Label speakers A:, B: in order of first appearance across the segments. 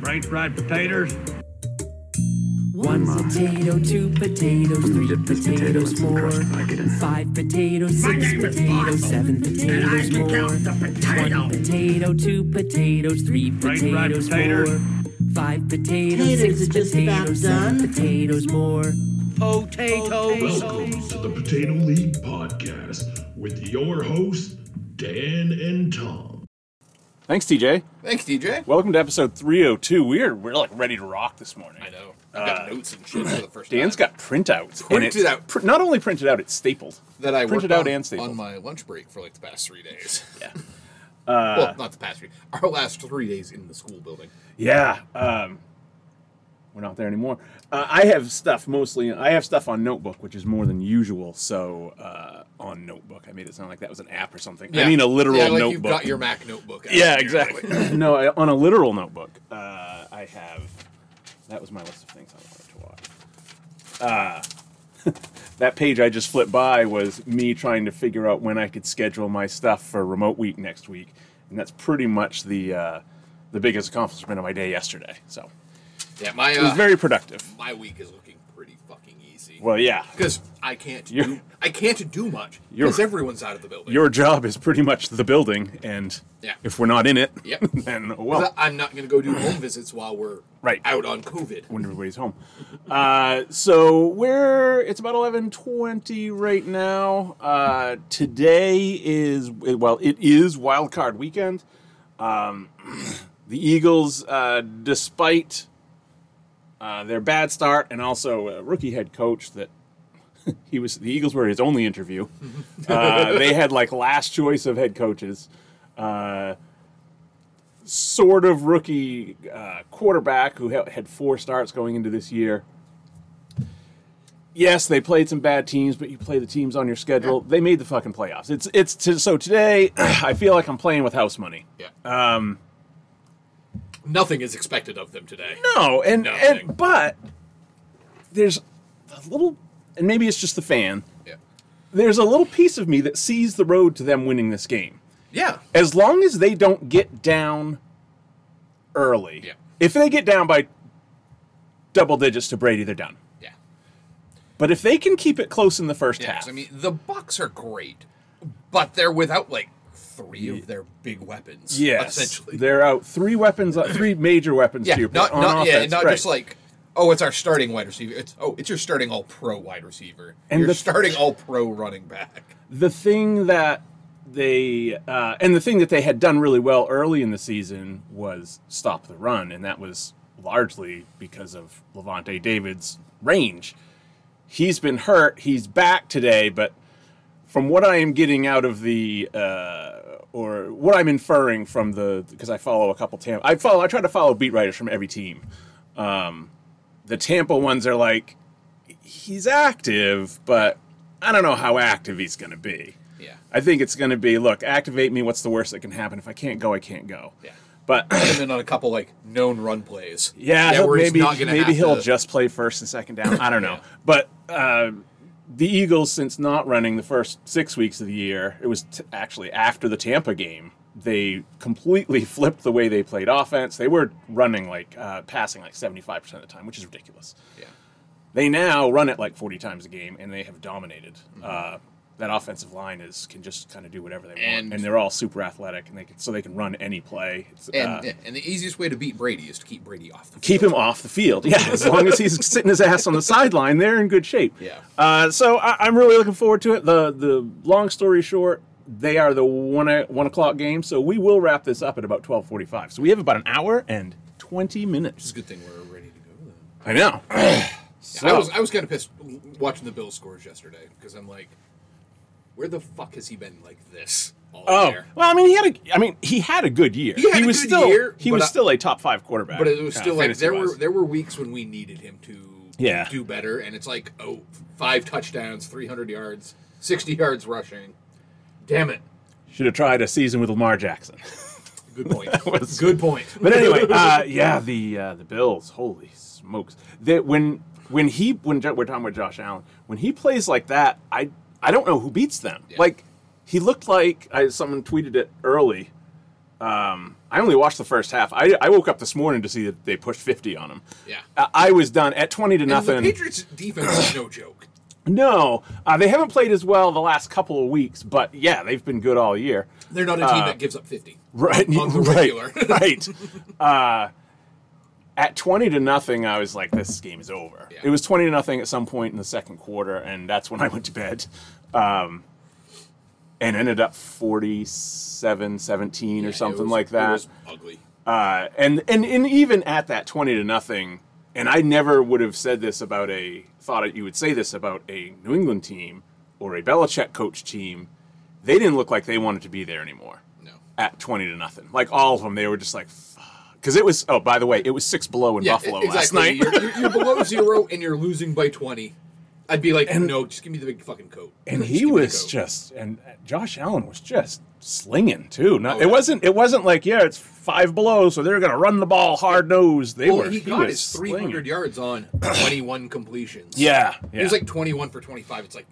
A: French fried potatoes.
B: One potato, two potatoes, three potatoes more. Five potatoes,
A: My
B: six
A: name is
B: potatoes,
A: Bartle,
B: seven
A: And I
B: potatoes
A: can
B: more.
A: count the
B: One
A: potato.
B: potato, two potatoes, three
A: Right, right,
B: potatoes
A: potatoes.
B: more. Five potatoes,
C: Potatoes
B: six
C: are just about
B: potatoes, seven
C: done.
B: potatoes more.
D: Welcome to the Potato League Podcast with your hosts, Dan and Tom.
E: Thanks, TJ.
F: Thanks, DJ.
E: Welcome to episode 302. We are we're like ready to rock this morning. Uh,
F: I know. I've got notes and shit for the first
E: Dan's
F: time.
E: got printouts. and
F: Printed
E: it's-
F: out.
E: pr- not only printed out, it's stapled.
F: that I
E: printed
F: worked
E: out
F: on,
E: and stapled.
F: on my lunch break for like the past three days.
E: Yeah. Uh,
F: well, not the past three. Our last three days in the school building.
E: Yeah. Um, we're not there anymore. Uh, I have stuff mostly. I have stuff on Notebook, which is more than usual. So uh, on Notebook, I made it sound like that was an app or something. I mean a literal
F: yeah, like
E: notebook.
F: You've got your Mac notebook. out
E: yeah,
F: there.
E: exactly. no, I, on a literal notebook, uh, I have. That was my list of things I wanted to watch. Uh, that page I just flipped by was me trying to figure out when I could schedule my stuff for remote week next week, and that's pretty much the uh, the biggest accomplishment of my day yesterday. So
F: Yeah, my
E: it was
F: uh,
E: very productive.
F: my week is looking pretty fucking easy.
E: Well, yeah,
F: Because I can't
E: You're-
F: do I can't do much
E: You're-
F: because everyone's out of the building.
E: your job is pretty much the building, and
F: Yeah.
E: if we're not in it,
F: Yep.
E: then oh well.
F: 'Cause I'm not going to go do home visits while we're
E: Right.
F: out on COVID.
E: when everybody's home. Uh, so we're it's about eleven twenty right now. Uh, today is well, it is Wild Card Weekend. Um, the Eagles, uh, despite uh, their bad start and also a rookie head coach that he was the Eagles were his only interview. uh, they had like last choice of head coaches. Uh, sort of rookie uh, quarterback who ha- had four starts going into this year. Yes, they played some bad teams, but you play the teams on your schedule. They made the fucking playoffs. It's it's t- so today. I feel like I'm playing with house money.
F: Yeah. Um. Nothing is expected of them today.
E: No, and
F: Nothing.
E: and but there's a little, and maybe it's just the fan.
F: Yeah.
E: There's a little piece of me that sees the road to them winning this game.
F: Yeah.
E: as long as they don't get down early.
F: Yeah.
E: If they get down by double digits to Brady, they're done.
F: Yeah.
E: But if they can keep it close in the first
F: Yeah, 'cause,
E: half,
F: I mean, the Bucks are great, but they're without like three of their big weapons.
E: yes,
F: essentially.
E: they're out three weapons, uh, three major weapons
F: yeah,
E: to your
F: not
E: point, on
F: not yeah,
E: offense,
F: not
E: right.
F: just like oh, it's our starting wide receiver. It's oh, it's your starting all pro wide receiver.
E: And
F: And you're
E: the-
F: starting all pro running back.
E: the thing that they uh, and the thing that they had done really well early in the season was stop the run, and that was largely because of Levante David's range. He's been hurt. He's back today, but from what I am getting out of the uh, or what I'm inferring from the because I follow a couple Tampa, I follow I try to follow beat writers from every team. Um, the Tampa ones are like he's active, but I don't know how active he's going to be.
F: Yeah.
E: I think it's going to be look, activate me. What's the worst that can happen? If I can't go, I can't go.
F: Yeah.
E: But
F: And then on a couple like known run plays.
E: yeah, he'll-
F: where he's
E: maybe
F: not gonna
E: maybe
F: have
E: he'll
F: to-
E: just play first and second down. I don't know.
F: Yeah.
E: But uh, the Eagles, since not running the first six weeks of the year, it was t- actually after the Tampa game. They completely flipped the way they played offense. They were running like uh, passing like seventy five percent of the time, which is ridiculous
F: Yeah.
E: they now run it like 40 times a game and they have dominated
F: Mm-hmm.
E: uh, that offensive line is can just kind of do whatever they want
F: And-
E: and they're all super athletic and they can so they can run any play It's, uh,
F: And, yeah, and the easiest way to beat Brady is to keep Brady off the
E: keep
F: field.
E: him off the field yeah as long as he's sitting his ass on the sideline they're in good shape
F: Yeah.
E: uh, so I, i'm really looking forward to it the the long story short they are the one o- one o'clock game so we will wrap this up at about 12.45 so we have about an hour and 20 minutes Oh,
F: It's a good thing we're ready to go. Then.
E: i know
F: I was I was kind of pissed watching the Bills scores yesterday because I'm like, where the fuck has he been like this all
E: Oh
F: year?
E: well, I mean, he had a, I mean, he had a good year.
F: He had a
E: was
F: good
E: still,
F: year,
E: he
F: but
E: was
F: I-
E: still a top five quarterback.
F: But it was
E: uh,
F: still like there were
E: fantasy-wise.
F: there were weeks when we needed him to
E: Yeah.
F: do better, and it's like oh five touchdowns, three hundred yards, sixty yards rushing. Damn it!
E: should have tried a season with Lamar Jackson.
F: Good point.
E: was-
F: Good point.
E: But anyway, uh, yeah, the uh, the Bills, holy smokes! That when when he when Jo- we're talking about Josh Allen, when he plays like that, I I don't know who beats them.
F: Yeah.
E: Like he looked like I, someone tweeted it early. Um, I only watched the first half. I, I woke up this morning to see that they pushed 50 on them.
F: Yeah.
E: I, I was done at 20 to
F: And
E: nothing.
F: The Patriots defense is no joke.
E: no, uh, they haven't played as well the last couple of weeks, but yeah, they've been good all year.
F: They're not a
E: Uh,
F: team that gives up fifty.
E: right,
F: On, on the
E: right,
F: regular.
E: right. Uh, at twenty to nothing, I was like, "This game is over."
F: Yeah.
E: It was twenty to nothing at some point in the second quarter, and that's when I went to bed, um, and ended up 47-17
F: Yeah,
E: or
F: it
E: something
F: was-
E: like
F: It
E: that.
F: was ugly.
E: Uh, and, and and even at that twenty to nothing, and I never would have said this about a thought that you would say this about a New England team or a Belichick coach team. They didn't look like they wanted to be there anymore
F: No.
E: at 20 to nothing. Like all of them, they were just like, because it was, oh, by the way, it was six below in Buffalo last night.
F: e-, You're, you're, you're below zero and you're losing by twenty. I'd be like, no, just give me the big fucking coat.
E: and
F: Just
E: he
F: give me the
E: was
F: coat.
E: just, and Josh Allen was just slinging too. Not,
F: Oh,
E: it
F: yeah.
E: wasn't, it wasn't like, yeah, it's five below, so they're going to run the ball hard nose. They
F: Well,
E: were,
F: Oh, he got
E: was
F: his three
E: slinging.
F: hundred yards on twenty-one completions.
E: Yeah.
F: He
E: yeah.
F: was like 21 for 25. It's like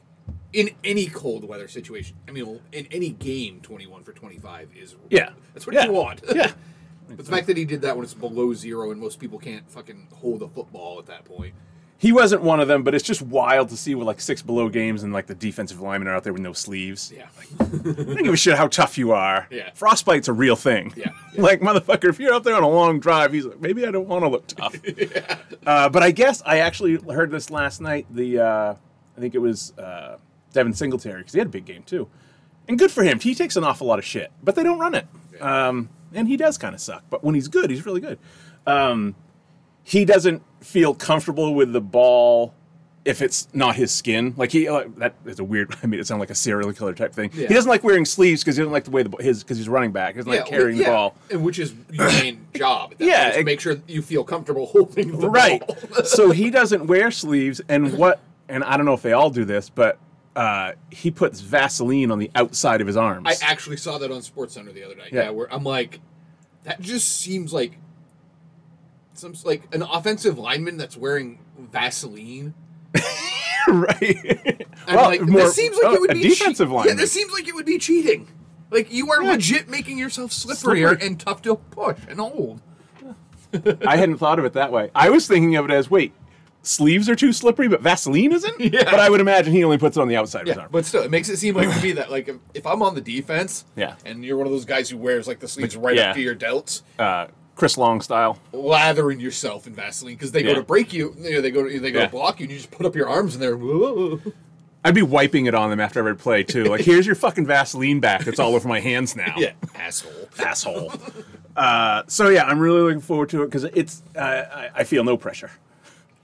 F: in any cold weather situation. I mean, in any game, 21 for 25 is
E: Yeah.
F: That's what
E: Yeah.
F: you want.
E: yeah.
F: but the fact that he did that when it's below zero and most people can't fucking hold a football at that point.
E: He wasn't one of them, but it's just wild to see with like six below games and like the defensive linemen are out there with no sleeves.
F: Yeah.
E: I don't give a shit how tough you are.
F: Yeah.
E: Frostbite's a real thing.
F: Yeah.
E: like, motherfucker, if you're out there on a long drive, he's like, maybe I don't want to look tough. uh, but I guess I actually heard this last night. The uh, I think it was uh, Devin Singletary, because he had a big game too. And good for him. He takes an awful lot of shit, but they don't run it. Um, and he does kind of suck. But when he's good, he's really good. Um, he doesn't feel comfortable with the ball if it's not his skin. Like he like, that is a weird. I mean, it sounds like a serial killer type thing.
F: Yeah.
E: He doesn't like wearing sleeves because he doesn't like the way the b- his because he's running back. He doesn't like
F: well,
E: carrying the ball.
F: And which is your main job. at that
E: Yeah,
F: point, is to
E: it-
F: make sure that you feel comfortable holding the
E: right.
F: ball.
E: so he doesn't wear sleeves, and what? And I don't know if they all do this, but uh, he puts Vaseline on the outside of his arms.
F: I actually saw that on Sports Center the other night.
E: Yeah.
F: Yeah. where I'm like, that just seems like some like an offensive lineman that's wearing Vaseline.
E: right.
F: I'm
E: Well,
F: like,
E: more-
F: this seems like
E: oh,
F: it would
E: a
F: be
E: defensive
F: cheat-
E: line.
F: Yeah, this seems like it would be cheating. Like you are legit making yourself slipperier
E: Slippery.
F: and tough to push and hold.
E: I hadn't thought of it that way. I was thinking of it as wait, sleeves are too slippery, but Vaseline isn't.
F: Yeah.
E: But I would imagine he only puts it on the outside of his
F: Yeah,
E: arm.
F: but still, it makes it seem like to me that like if, if I'm on the defense,
E: Yeah.
F: and you're one of those guys who wears like the sleeves right
E: yeah.
F: up to your delts,
E: uh, Chris Long style.
F: lathering yourself in Vaseline because they
E: Yeah.
F: go to break you, you know, they go to, they go
E: Yeah.
F: to block you, and you just put up your arms in there. Whoa.
E: I'd be wiping it on them after every play too. Like, here's your fucking Vaseline back. It's all over my hands now.
F: Yeah, asshole.
E: asshole. Uh, so yeah, I'm really looking forward to it because it's. Uh, I, I feel no pressure.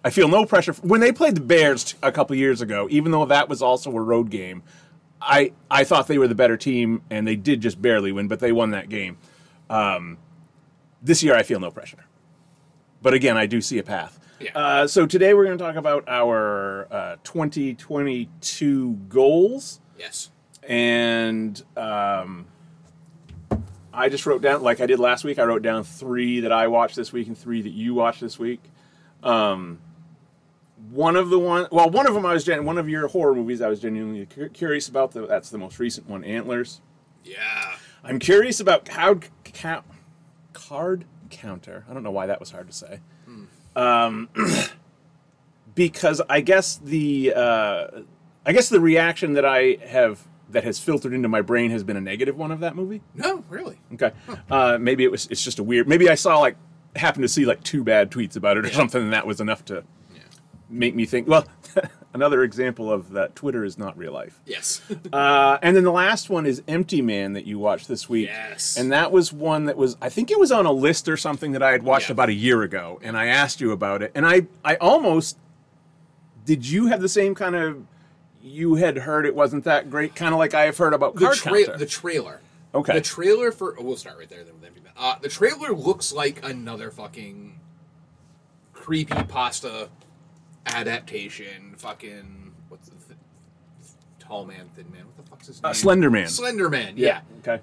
E: I feel no pressure when they played the Bears a couple years ago. Even though that was also a road game, I I thought they were the better team and they did just barely win, but they won that game. Um, this year, I feel no pressure. But again, I do see a path.
F: Yeah.
E: Uh, so today we're going to talk about our uh, 2022 goals
F: Yes.
E: and um, I just wrote down like I did last week. I wrote down three that I watched this week and three that you watched this week. Um, one of the one, well, one of them I was gen- one of your horror movies I was genuinely cu- curious about. The, that's the most recent one, Antlers.
F: Yeah.
E: I'm curious about card count, card counter. I don't know why that was hard to say. Um, because I guess the uh, I guess the reaction that I have that has filtered into my brain has been a negative one of that movie.
F: No, really.
E: Okay, uh, maybe it was. It's just a weird. Maybe I saw like happened to see like two bad tweets about it or something, and that was enough to make me think. Well, another example of that Twitter is not real life.
F: Yes.
E: Uh, and then the last one is Empty Man that you watched this week.
F: Yes.
E: And that was one that was, I think it was on a list or something that I had watched
F: Yeah.
E: about a year ago. And I asked you about it. And I, I almost, did you have the same kind of, you had heard it wasn't that great, kind of like I have heard about
F: the,
E: Card
F: tra-
E: Counter.
F: the trailer.
E: Okay.
F: The trailer for oh, we'll start right there. Then with Empty Man. Uh, the trailer looks like another fucking creepy pasta adaptation. Fucking what's the th- tall man, thin man? What the fuck's his name?
E: Slender Man.
F: Slender Man. Uh, Yeah.
E: Okay.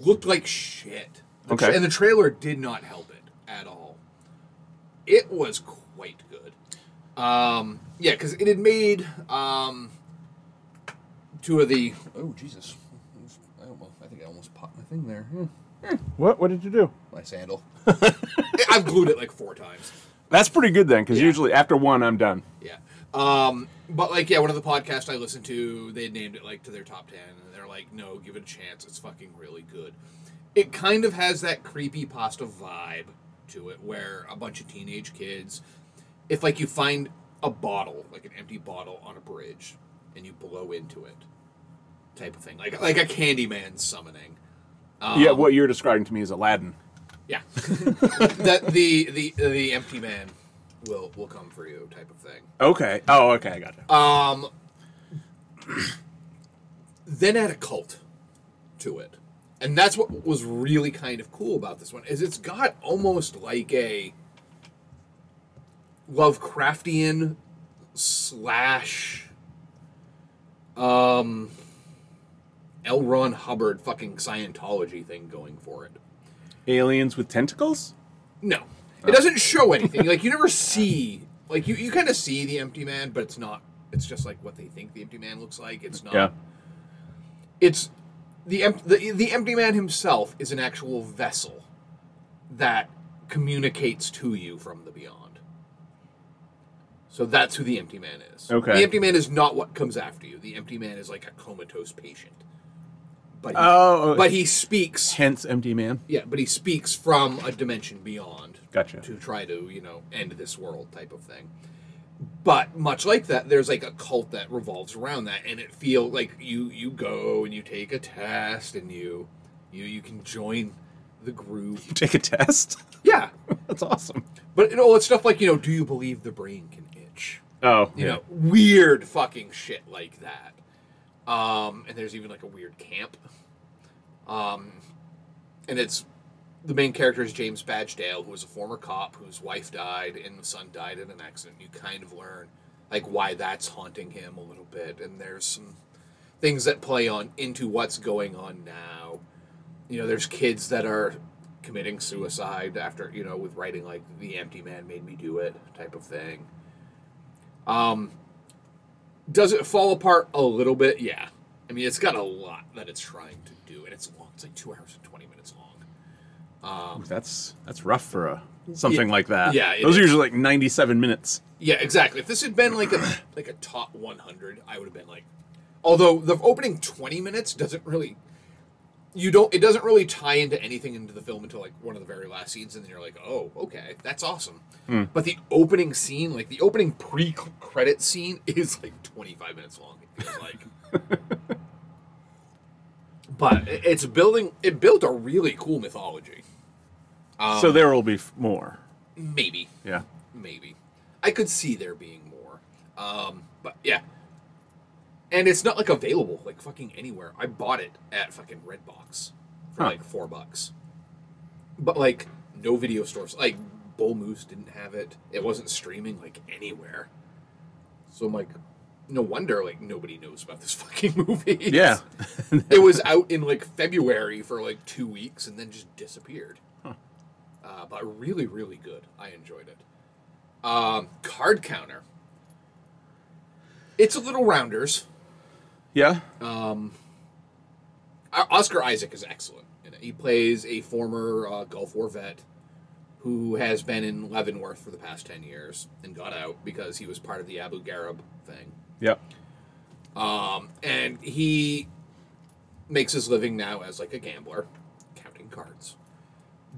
F: Looked like shit. The
E: Okay.
F: and the trailer did not help it at all. It was quite good. Um, yeah, because it had made um, two of the. Oh Jesus! I almost, I think I almost popped my thing there. Hmm.
E: What? What did you do?
F: My sandal. I've glued it like four times.
E: That's pretty good then, because
F: Yeah.
E: usually after one, I'm done.
F: Yeah. Um, but like, yeah, one of the podcasts I listened to, they named it like to their top ten, and they're like, "No, give it a chance. It's fucking really good." It kind of has that creepy pasta vibe to it, where a bunch of teenage kids, if like you find a bottle, like an empty bottle on a bridge, and you blow into it, type of thing, like like a Candyman summoning. Um.
E: yeah, what you're describing to me is Aladdin.
F: Yeah. that the the the empty man will will come for you, type of thing.
E: Okay. Oh, okay, I got it.
F: Um, then add a cult to it, and that's what was really kind of cool about this one is it's got almost like a Lovecraftian slash um L. Ron Hubbard fucking Scientology thing going for it.
E: Aliens with tentacles?
F: No. It doesn't show anything. like you never see like you, you kind of see the empty man, but it's not it's just like what they think the empty man looks like. It's not
E: Yeah.
F: it's the, emp- the the empty man himself is an actual vessel that communicates to you from the beyond. So that's who the empty man is.
E: Okay.
F: The empty man is not what comes after you. The empty man is like a comatose patient. But he,
E: Oh,
F: but he speaks
E: Hence, empty man.
F: yeah, but he speaks from a dimension beyond.
E: Gotcha.
F: To try to, you know, end this world type of thing. But much like that, there's like a cult that revolves around that, and it feel like you you go and you take a test, and you you you can join the group.
E: Take a test.
F: Yeah,
E: That's awesome.
F: but you know, it's stuff like you know, do you believe the brain can itch?
E: Oh,
F: you
E: yeah.
F: know, weird fucking shit like that. Um, and there's even like a weird camp. Um, and it's the main character is James Badgedale, who is a former cop whose wife died and the son died in an accident. You kind of learn like why that's haunting him a little bit, and there's some things that play on into what's going on now. You know, there's kids that are committing suicide after you know with writing like the empty man made me do it type of thing. Um, does it fall apart a little bit? Yeah. I mean, it's got a lot that it's trying to do, and it's long. It's like two hours and twenty minutes long.
E: Ooh, That's that's rough for a something like that.
F: yeah, it
E: Those are
F: is.
E: usually like 97 minutes.
F: Yeah, exactly. If this had been like a like a top 100, I would have been like. Although the opening 20 minutes doesn't really, you don't. It doesn't really tie into anything into the film until like one of the very last scenes, and then you're like, oh, okay, that's awesome. But the opening scene, like the opening pre-credit scene, is like 25 minutes long. It feels like. but it- it's building. It built a really cool mythology.
E: so there will be f- more.
F: Maybe.
E: Yeah.
F: maybe. I could see there being more. Um, but yeah. And it's not like available like fucking anywhere. I bought it at fucking Redbox for
E: Huh.
F: like four bucks. But like no video stores. Like Bull Moose didn't have it. It wasn't streaming like anywhere. So I'm like, no wonder like nobody knows about this fucking movie.
E: Yeah.
F: it was out in like February for like two weeks and then just disappeared. Uh, but really, really good. I enjoyed it. Um, card counter. It's a little rounders.
E: Yeah.
F: O- Oscar Isaac is excellent. In it. He plays a former uh, Gulf War vet who has been in Leavenworth for the past 10 years and got out because he was part of the Abu Ghraib thing.
E: yeah.
F: Um, and he makes his living now as like a gambler, counting cards.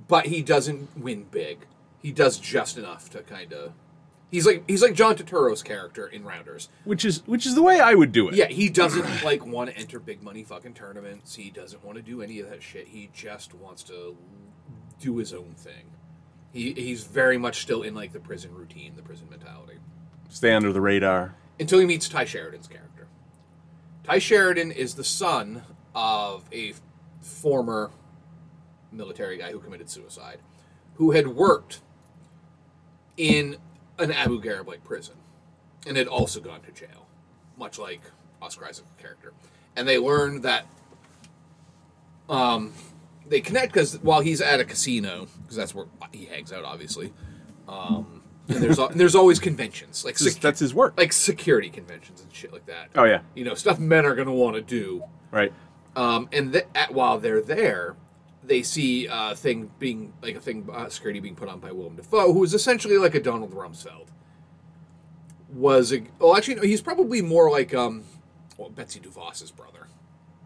F: But he doesn't win big. He does just enough to kind of. He's like he's like John Turturro's character in Rounders.
E: Which is which is the way I would do it.
F: Yeah, he doesn't like want to enter big money fucking tournaments. He doesn't want to do any of that shit. He just wants to do his own thing. He he's very much still in like the prison routine, the prison mentality
E: Stay under the radar.
F: until he meets Ty Sheridan's character. Ty Sheridan is the son of a f- former military guy who committed suicide, who had worked in an Abu Ghraib like prison and had also gone to jail, much like Oscar Isaac's character. And they learn that um, they connect because while he's at a casino, because that's where he hangs out, obviously. Um, and there's al- there's always conventions like
E: This is-
F: sec-
E: that's his work.
F: like security conventions and shit like that.
E: Oh, yeah.
F: you know stuff men are gonna want to do.
E: right.
F: Um, and th- at, while they're there, they see a thing being like a thing uh, security being put on by Willem Dafoe, who is essentially like a Donald Rumsfeld. Was a, well, actually, no, he's probably more like um, well, Betsy DuVos's brother,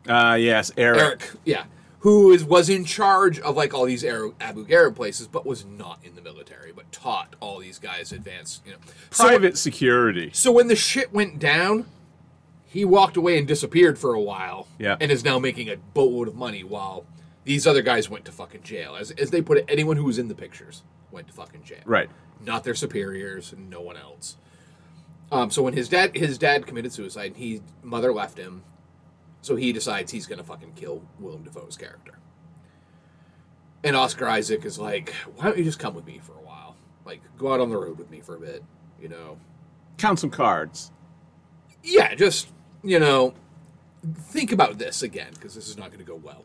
E: Uh, yes, Eric.
F: Eric. Yeah, who is was in charge of like all these Arab, Abu Ghraib places, but was not in the military, but taught all these guys advanced. You know, So-
E: Private security.
F: so when the shit went down, he walked away and disappeared for a while.
E: Yeah.
F: And is now making a boatload of money while these other guys went to fucking jail. As, as they put it, anyone who was in the pictures went to fucking jail.
E: Right.
F: Not their superiors, no one else. Um, so when his dad his dad committed suicide, he mother left him, so he decides he's gonna fucking kill Willem Dafoe's character. And Oscar Isaac is like, "Why don't you just come with me for a while? Like, go out on the road with me for a bit, you know,
E: Count some cards.
F: yeah, just you know, think about this again because this is not going to go well.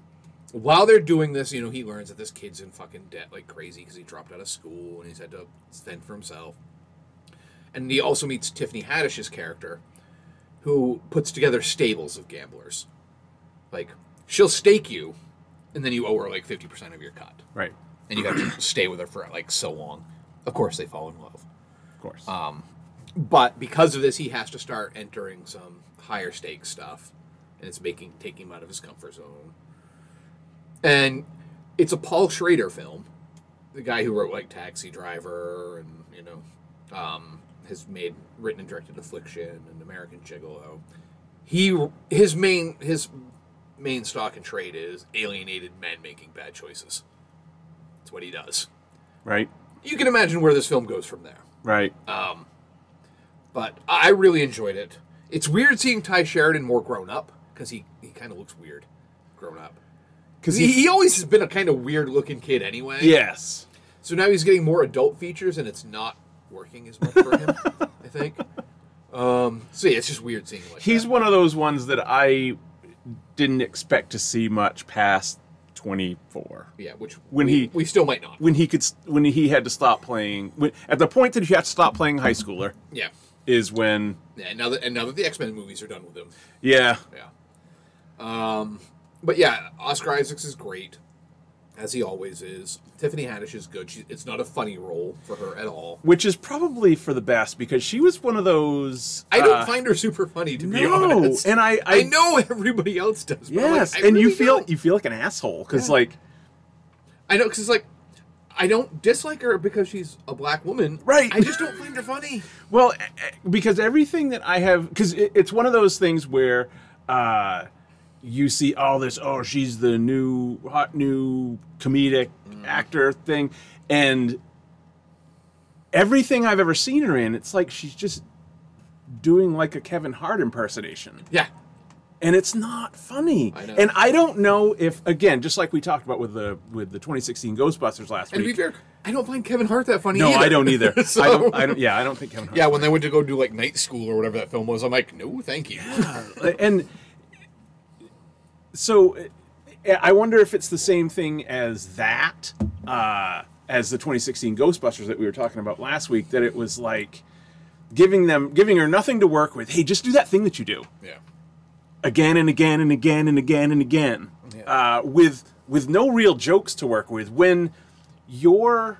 F: While they're doing this, you know, he learns that this kid's in fucking debt like crazy because he dropped out of school and he's had to fend for himself. And he also meets Tiffany Haddish's character, who puts together stables of gamblers. Like she'll stake you, and then you owe her like fifty percent of your cut,
E: Right.
F: and you have to stay with her for like so long. Of course, they fall in love.
E: Of course.
F: But because of this, he has to start entering some higher stakes stuff, and it's making taking him out of his comfort zone. And it's a Paul Schrader film, the guy who wrote like Taxi Driver, and you know, um, has made written and directed Affliction and American Gigolo. He his main his main stock in trade is alienated men making bad choices. That's what he does.
E: right.
F: You can imagine where this film goes from there
E: Right.
F: but I really enjoyed it. It's weird seeing Ty Sheridan more grown up because he, he kind of looks weird grown up.
E: Because
F: He, he always has been a kind of weird looking kid anyway.
E: Yes.
F: So now he's getting more adult features and it's not working as much for him, I think. Um, so yeah, it's just weird seeing him like
E: He's
F: that.
E: one of those ones that I didn't expect to see much past 24.
F: Yeah, which
E: when
F: we,
E: he-
F: we still might not.
E: When he could, s- when he had to stop playing, when, at the point that he had to stop playing high schooler
F: yeah.
E: is when,
F: yeah. And now that and now that the X Men movies are done with him,
E: yeah,
F: Yeah. Um, but yeah, Oscar Isaacs is great, as he always is. Tiffany Haddish is good. She, it's not a funny role for her at all.
E: which is probably for the best because she was one of those.
F: I don't
E: uh,
F: find her super funny, to be
E: no,
F: honest.
E: and I- I-
F: know everybody else does. But I'm like,
E: Yes,
F: I
E: and you
F: really
E: feel
F: don't.
E: you feel like an asshole because like
F: I know because it's like I don't dislike her because she's a black woman.
E: Right.
F: I just don't find her funny.
E: Well, eh, eh, because everything that I have, because it, it's one of those things where uh, you see all this, oh, she's the new hot new comedic
F: Mm.
E: actor thing, and everything I've ever seen her in, it's like she's just doing like a Kevin Hart impersonation
F: Yeah.
E: and it's not funny.
F: I know.
E: And I don't know if again, just like we talked about with the with the 2016 Ghostbusters last
F: And to be
E: week.
F: fair, I don't find Kevin Hart that funny.
E: no, I don't either.
F: So-
E: I don't. I don't. Yeah, I don't think Kevin Hart.
F: Yeah, when they went to go do like night school or whatever that film was, I'm like, no, thank you.
E: and so uh, I wonder if it's the same thing as that, uh, as the 2016 Ghostbusters that we were talking about last week. That it was like giving them, giving her nothing to work with. Hey, just do that thing that you do
F: yeah.
E: again and again and again and again and again, uh, with with no real jokes to work with. When you're,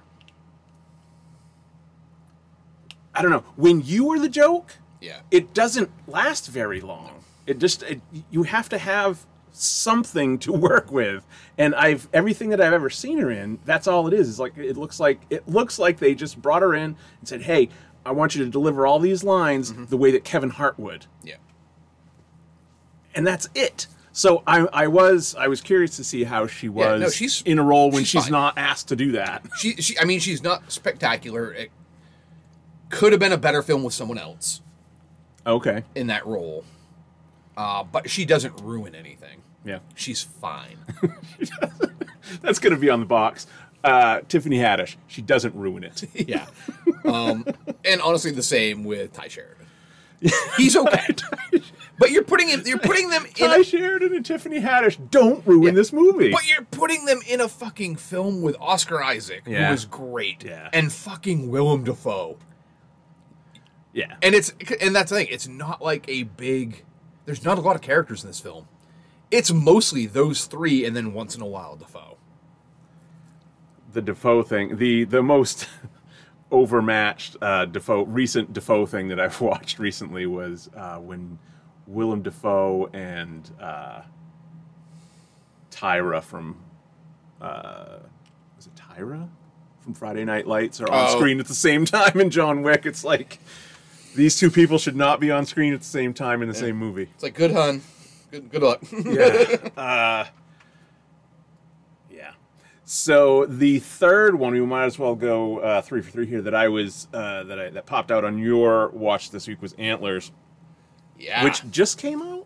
E: I don't know, when you are the joke
F: Yeah.
E: it doesn't last very long. It just it, you have to have something to work with, and I've everything that I've ever seen her in. That's all it is. It's like it looks like it looks like they just brought her in and said, "Hey, I want you to deliver all these lines the way that Kevin Hart would,"
F: yeah.
E: and that's it. So I, I was I was curious to see how she
F: Yeah,
E: was
F: no, she's-
E: in a role when she's,
F: she's fine.
E: not asked to do that.
F: she, she I mean she's not spectacular. It could have been a better film with someone else
E: Okay.
F: in that role. Uh, but she doesn't ruin anything.
E: Yeah.
F: She's fine.
E: That's gonna be on the box. Uh, Tiffany Haddish. She doesn't ruin it.
F: yeah. Um, and honestly the same with Ty Sheridan. He's okay. but you're putting him you're putting them in
E: Ty
F: a,
E: Sheridan and Tiffany Haddish don't ruin this movie.
F: but you're putting them in a fucking film with Oscar Isaac,
E: Yeah.
F: who was great,
E: Yeah.
F: and fucking Willem Dafoe.
E: Yeah.
F: and it's and that's the thing it's not like a big there's not a lot of characters in this film it's mostly those three and then once in a while defoe
E: the Defoe thing, the the most overmatched uh, Defoe recent Defoe thing that I've watched recently was uh, when Willem Defoe and uh, Tyra from uh, was it Tyra from Friday Night Lights are on
F: Oh.
E: screen at the same time in John Wick. It's like these two people should not be on screen at the same time in the same movie.
F: It's like good, hun. Good, good luck.
E: yeah. Uh, yeah. So the third one, we might as well go uh, three for three here. That I was uh, that I, that popped out on your watch this week was Antlers,
F: yeah.
E: which just came out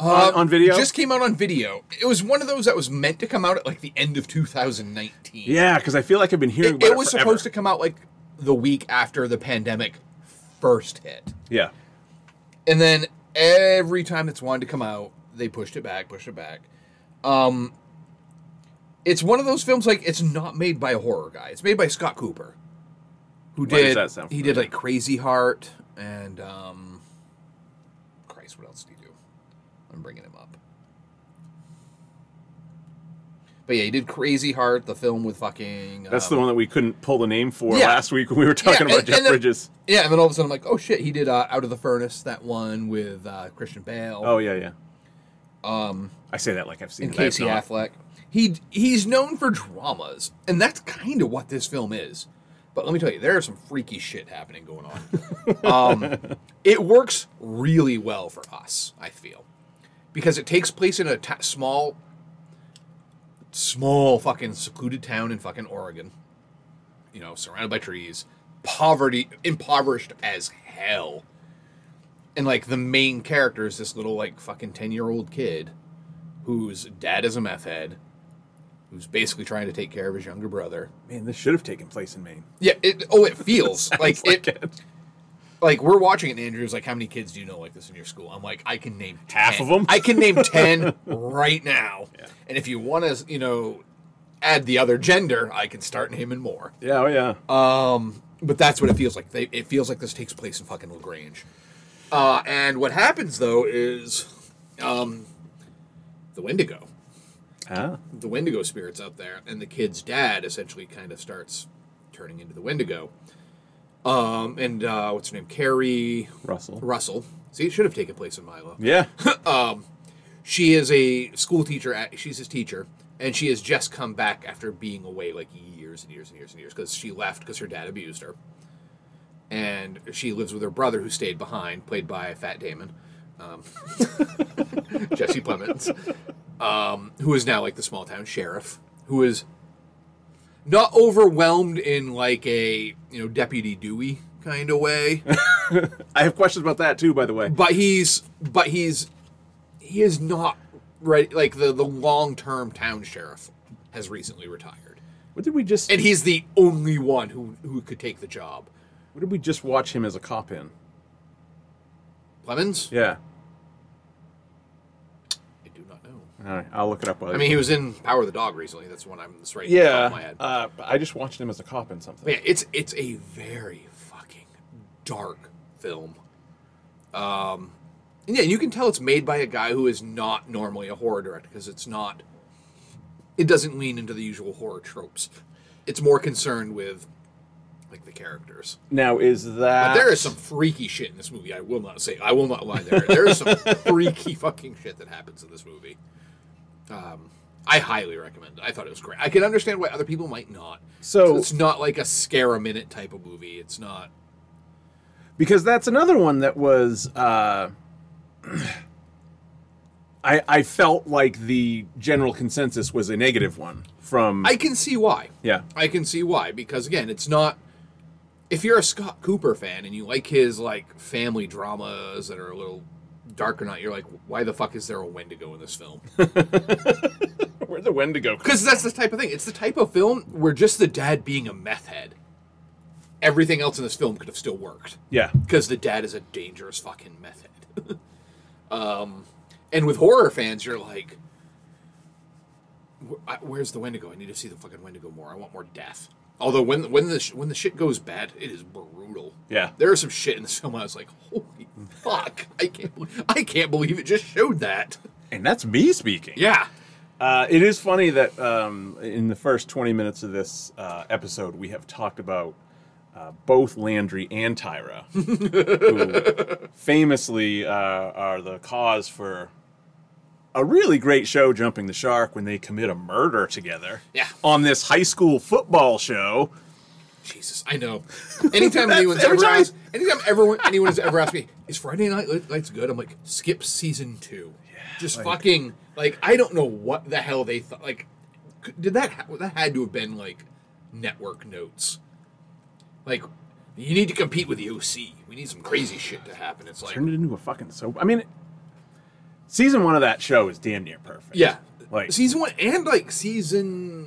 F: Uh,
E: on, on video.
F: Ah. just came out on video. It was one of those that was meant to come out at like the end of 2019.
E: yeah, because I feel like I've been hearing
F: It,
E: about
F: it was supposed to
E: forever.
F: come out like the week after the pandemic first hit.
E: Yeah.
F: And then every time it's wanted to come out, they pushed it back, pushed it back. Um, it's one of those films like it's not made by a horror guy. It's made by Scott Cooper, who
E: Why does
F: did
E: that sound
F: he did
E: familiar?
F: like Crazy Heart and um, Christ, what else did he do? I'm bringing him up. But yeah, he did Crazy Heart, the film with fucking.
E: That's
F: um,
E: the one that we couldn't pull the name for
F: Yeah.
E: last week when we were talking
F: Yeah,
E: about
F: and-
E: Jeff
F: and then-
E: Bridges.
F: Yeah, and then all of a sudden I'm like, oh shit, he did uh, Out of the Furnace, that one with uh, Christian Bale.
E: Oh yeah, yeah.
F: um,
E: I say that like I've seen
F: and
E: it. I have
F: Casey
E: not.
F: Affleck. He he's known for dramas, and that's kind of what this film is. But let me tell you, there is some freaky shit happening going on. um, it works really well for us, I feel, because it takes place in a ta small, small fucking secluded town in fucking Oregon. You know, surrounded by trees, poverty, impoverished as hell, and like the main character is this little like fucking ten year old kid whose dad is a meth head, who's basically trying to take care of his younger brother.
E: Man, this should have taken place in Maine.
F: Yeah, it, oh, it feels like
E: It's
F: it,
E: like it.
F: Like we're watching it, and Andrew's like, "How many kids do you know like this in your school?" I'm like, "I can name
E: Half
F: 10.
E: of 'em?
F: I can name ten right now.
E: Yeah.
F: And if you want to, you know, add the other gender, I can start naming more.
E: Yeah, oh yeah.
F: Um, but that's what it feels like. They, it feels like this takes place in fucking Lagrange. Uh, and what happens though is, um, the Wendigo.
E: ah.
F: the Wendigo spirits out there, and the kid's dad essentially kind of starts turning into the Wendigo. Um, and uh, what's her name? Carrie
E: Russell.
F: Russell. See, it should have taken place in Milo.
E: Yeah.
F: She is a school teacher. At, she's his teacher, and she has just come back after being away like years and years and years and years because she left because her dad abused her, and she lives with her brother who stayed behind, played by Fat Damon, um, Jesse Plemons, um, who is now like the small town sheriff, who is not overwhelmed in like a you know Deputy Dewey kind of way.
E: I have questions about that too, by the way.
F: but he's but he's he is not right like the the long-term town sheriff has recently retired
E: What did we just
F: and he's the only one who who could take the job
E: What did we just watch him as a cop in?
F: lemons
E: Yeah.
F: i do not know
E: All right, I'll look it up. While
F: i mean he was in power of the dog recently that's one i'm that's right off the top
E: yeah,
F: of my head.
E: uh, but I just watched him as a cop in something.
F: But yeah, it's it's a very fucking dark film. Um, and yeah, you can tell it's made by a guy who is not normally a horror director because it's not. It doesn't lean into the usual horror tropes. It's more concerned with like the characters.
E: Now is that
F: But there is some freaky shit in this movie. I will not say. I will not lie. There, there is some freaky fucking shit that happens in this movie. Um, I highly recommend. it. I thought it was great. I can understand why other people might not.
E: So-
F: it's not like a scare a minute type of movie. It's not.
E: because that's another one that was. Uh, I I felt like the general consensus was a negative one from
F: I can see why.
E: yeah
F: I can see why because again, it's not. If you're a Scott Cooper fan and you like his like family dramas that are a little dark or not, you're like, why the fuck is there a Wendigo in this film?
E: where the Wendigo
F: Because that's the type of thing. It's the type of film where just the dad being a meth head, everything else in this film could have still worked.
E: yeah
F: Because the dad is a dangerous fucking meth head. um, and with horror fans, you're like, "Wh- I- where's the Wendigo? I need to see the fucking Wendigo more. I want more death. Although when when the sh- when the shit goes bad, it is brutal.
E: Yeah.
F: there is some shit in this film. I was like, holy fuck! I can't believe, I can't believe it just showed that.
E: and that's me speaking
F: Yeah.
E: Uh, it is funny that um, in the first 20 minutes of this uh, episode, we have talked about uh, both Landry and Tyra, who famously uh, are the cause for a really great show, Jumping the Shark, when they commit a murder together
F: Yeah.
E: on this high school football show.
F: Jesus, I know. Anytime anyone's
E: every
F: ever
E: time.
F: asked, anytime everyone, anyone has ever asked me, "Is Friday Night Li- Lights good?" I'm like, "Skip season two. Just fucking like I don't know what the hell they thought. Like, c- did that ha- that had to have been like network notes? Like, you need to compete with the OC. We need some crazy shit to happen. It's like,
E: Turned it into a fucking soap. I mean, season one of that show is damn near perfect.
F: yeah,
E: Like-
F: season one and like season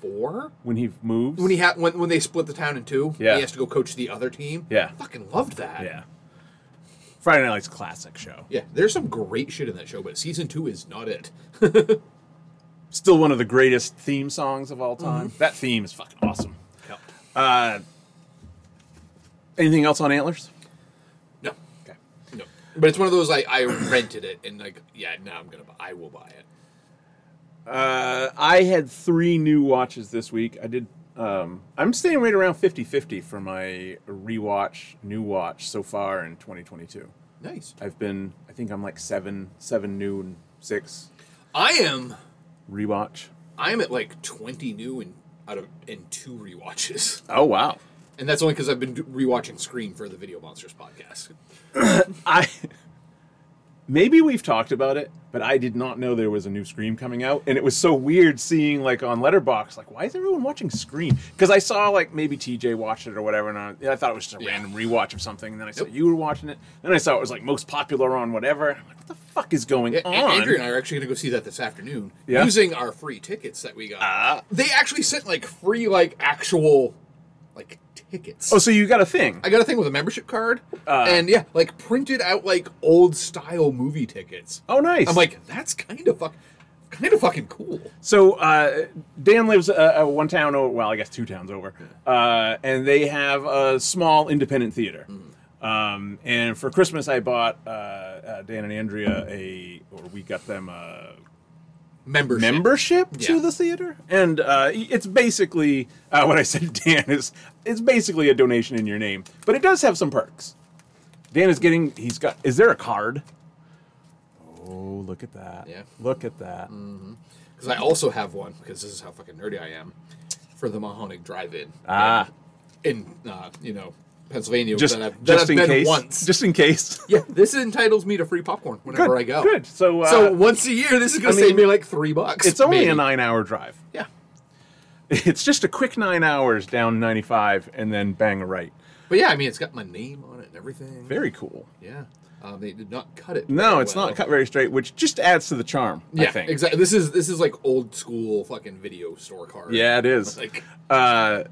F: four.
E: When he moves.
F: When he ha- when, when they split the town in two,
E: Yeah.
F: he has to go coach the other team.
E: Yeah.
F: fucking loved that.
E: Yeah. Friday Night Lights classic show.
F: Yeah, there's some great shit in that show, but season two is not it.
E: Still one of the greatest theme songs of all time. That theme is fucking awesome.
F: No.
E: Uh, anything else on Antlers?
F: No.
E: Okay.
F: No. But it's one of those like I rented it and like yeah, now I'm gonna buy I will buy it.
E: Uh, I had three new watches this week. I did. Um, I'm staying right around 50 50 for my rewatch, new watch so far in 2022.
F: Nice.
E: I've been, I think I'm like seven, seven new and six
F: I am
E: rewatch.
F: I am at like twenty new and out of and two rewatches.
E: Oh, wow.
F: And that's only because I've been do- rewatching Scream for the Video Monsters podcast.
E: I maybe we've talked about it, but I did not know there was a new Scream coming out, and it was so weird seeing like on Letterbox, like why is everyone watching Scream? Because I saw like maybe TJ watched it or whatever, and I, I thought it was just a
F: Yeah.
E: random rewatch of something. And then I saw you were watching it, then I saw it was like most popular on whatever. I'm like, what the fuck is going
F: Yeah,
E: on?
F: and Andrew and I are actually going to go see that this afternoon
E: Yeah. Ah.
F: using our free tickets that we got. they actually sent like free, like actual, like tickets.
E: oh, so you got a thing?
F: I got a thing with a membership card,
E: Uh.
F: and yeah, like printed out like old style movie tickets.
E: oh, nice.
F: I'm like, that's kind of fuck, kind of fucking cool.
E: So uh, Dan lives uh, uh, one town over, well, I guess two towns over, uh, and they have a small independent theater. Um, and for Christmas, I bought uh, uh, Dan and Andrea a, or we got them a
F: Membership.
E: membership to
F: Yeah.
E: the theater, and uh, it's basically uh, what I said. to Dan is it's basically a donation in your name, but it does have some perks. Dan is getting. He's got. Is there a card? Oh, look at that!
F: Yeah.
E: look at that.
F: Because I also have one because this is how fucking nerdy I am for the Mahonic Drive-In
E: Ah.
F: in uh, you know Pennsylvania
E: just,
F: that I've, that
E: just
F: I've
E: in
F: been
E: case.
F: once.
E: Just in case.
F: yeah, this entitles me to free popcorn whenever I go.
E: Good. So, uh,
F: so once a year, this is gonna
E: I mean,
F: save me like three bucks.
E: it's only a
F: maybe.
E: nine-hour drive.
F: Yeah.
E: It's just a quick nine hours down 95, and then bang a right.
F: But yeah, I mean, it's got my name on it and everything.
E: Very cool.
F: Yeah. Um, they did not cut it.
E: No,
F: very
E: it's
F: well.
E: not cut very straight, which just adds to the charm.
F: Yeah,
E: I think.
F: exactly. This is this is like old school fucking video store card.
E: Yeah, it is.
F: Like,
E: Uh,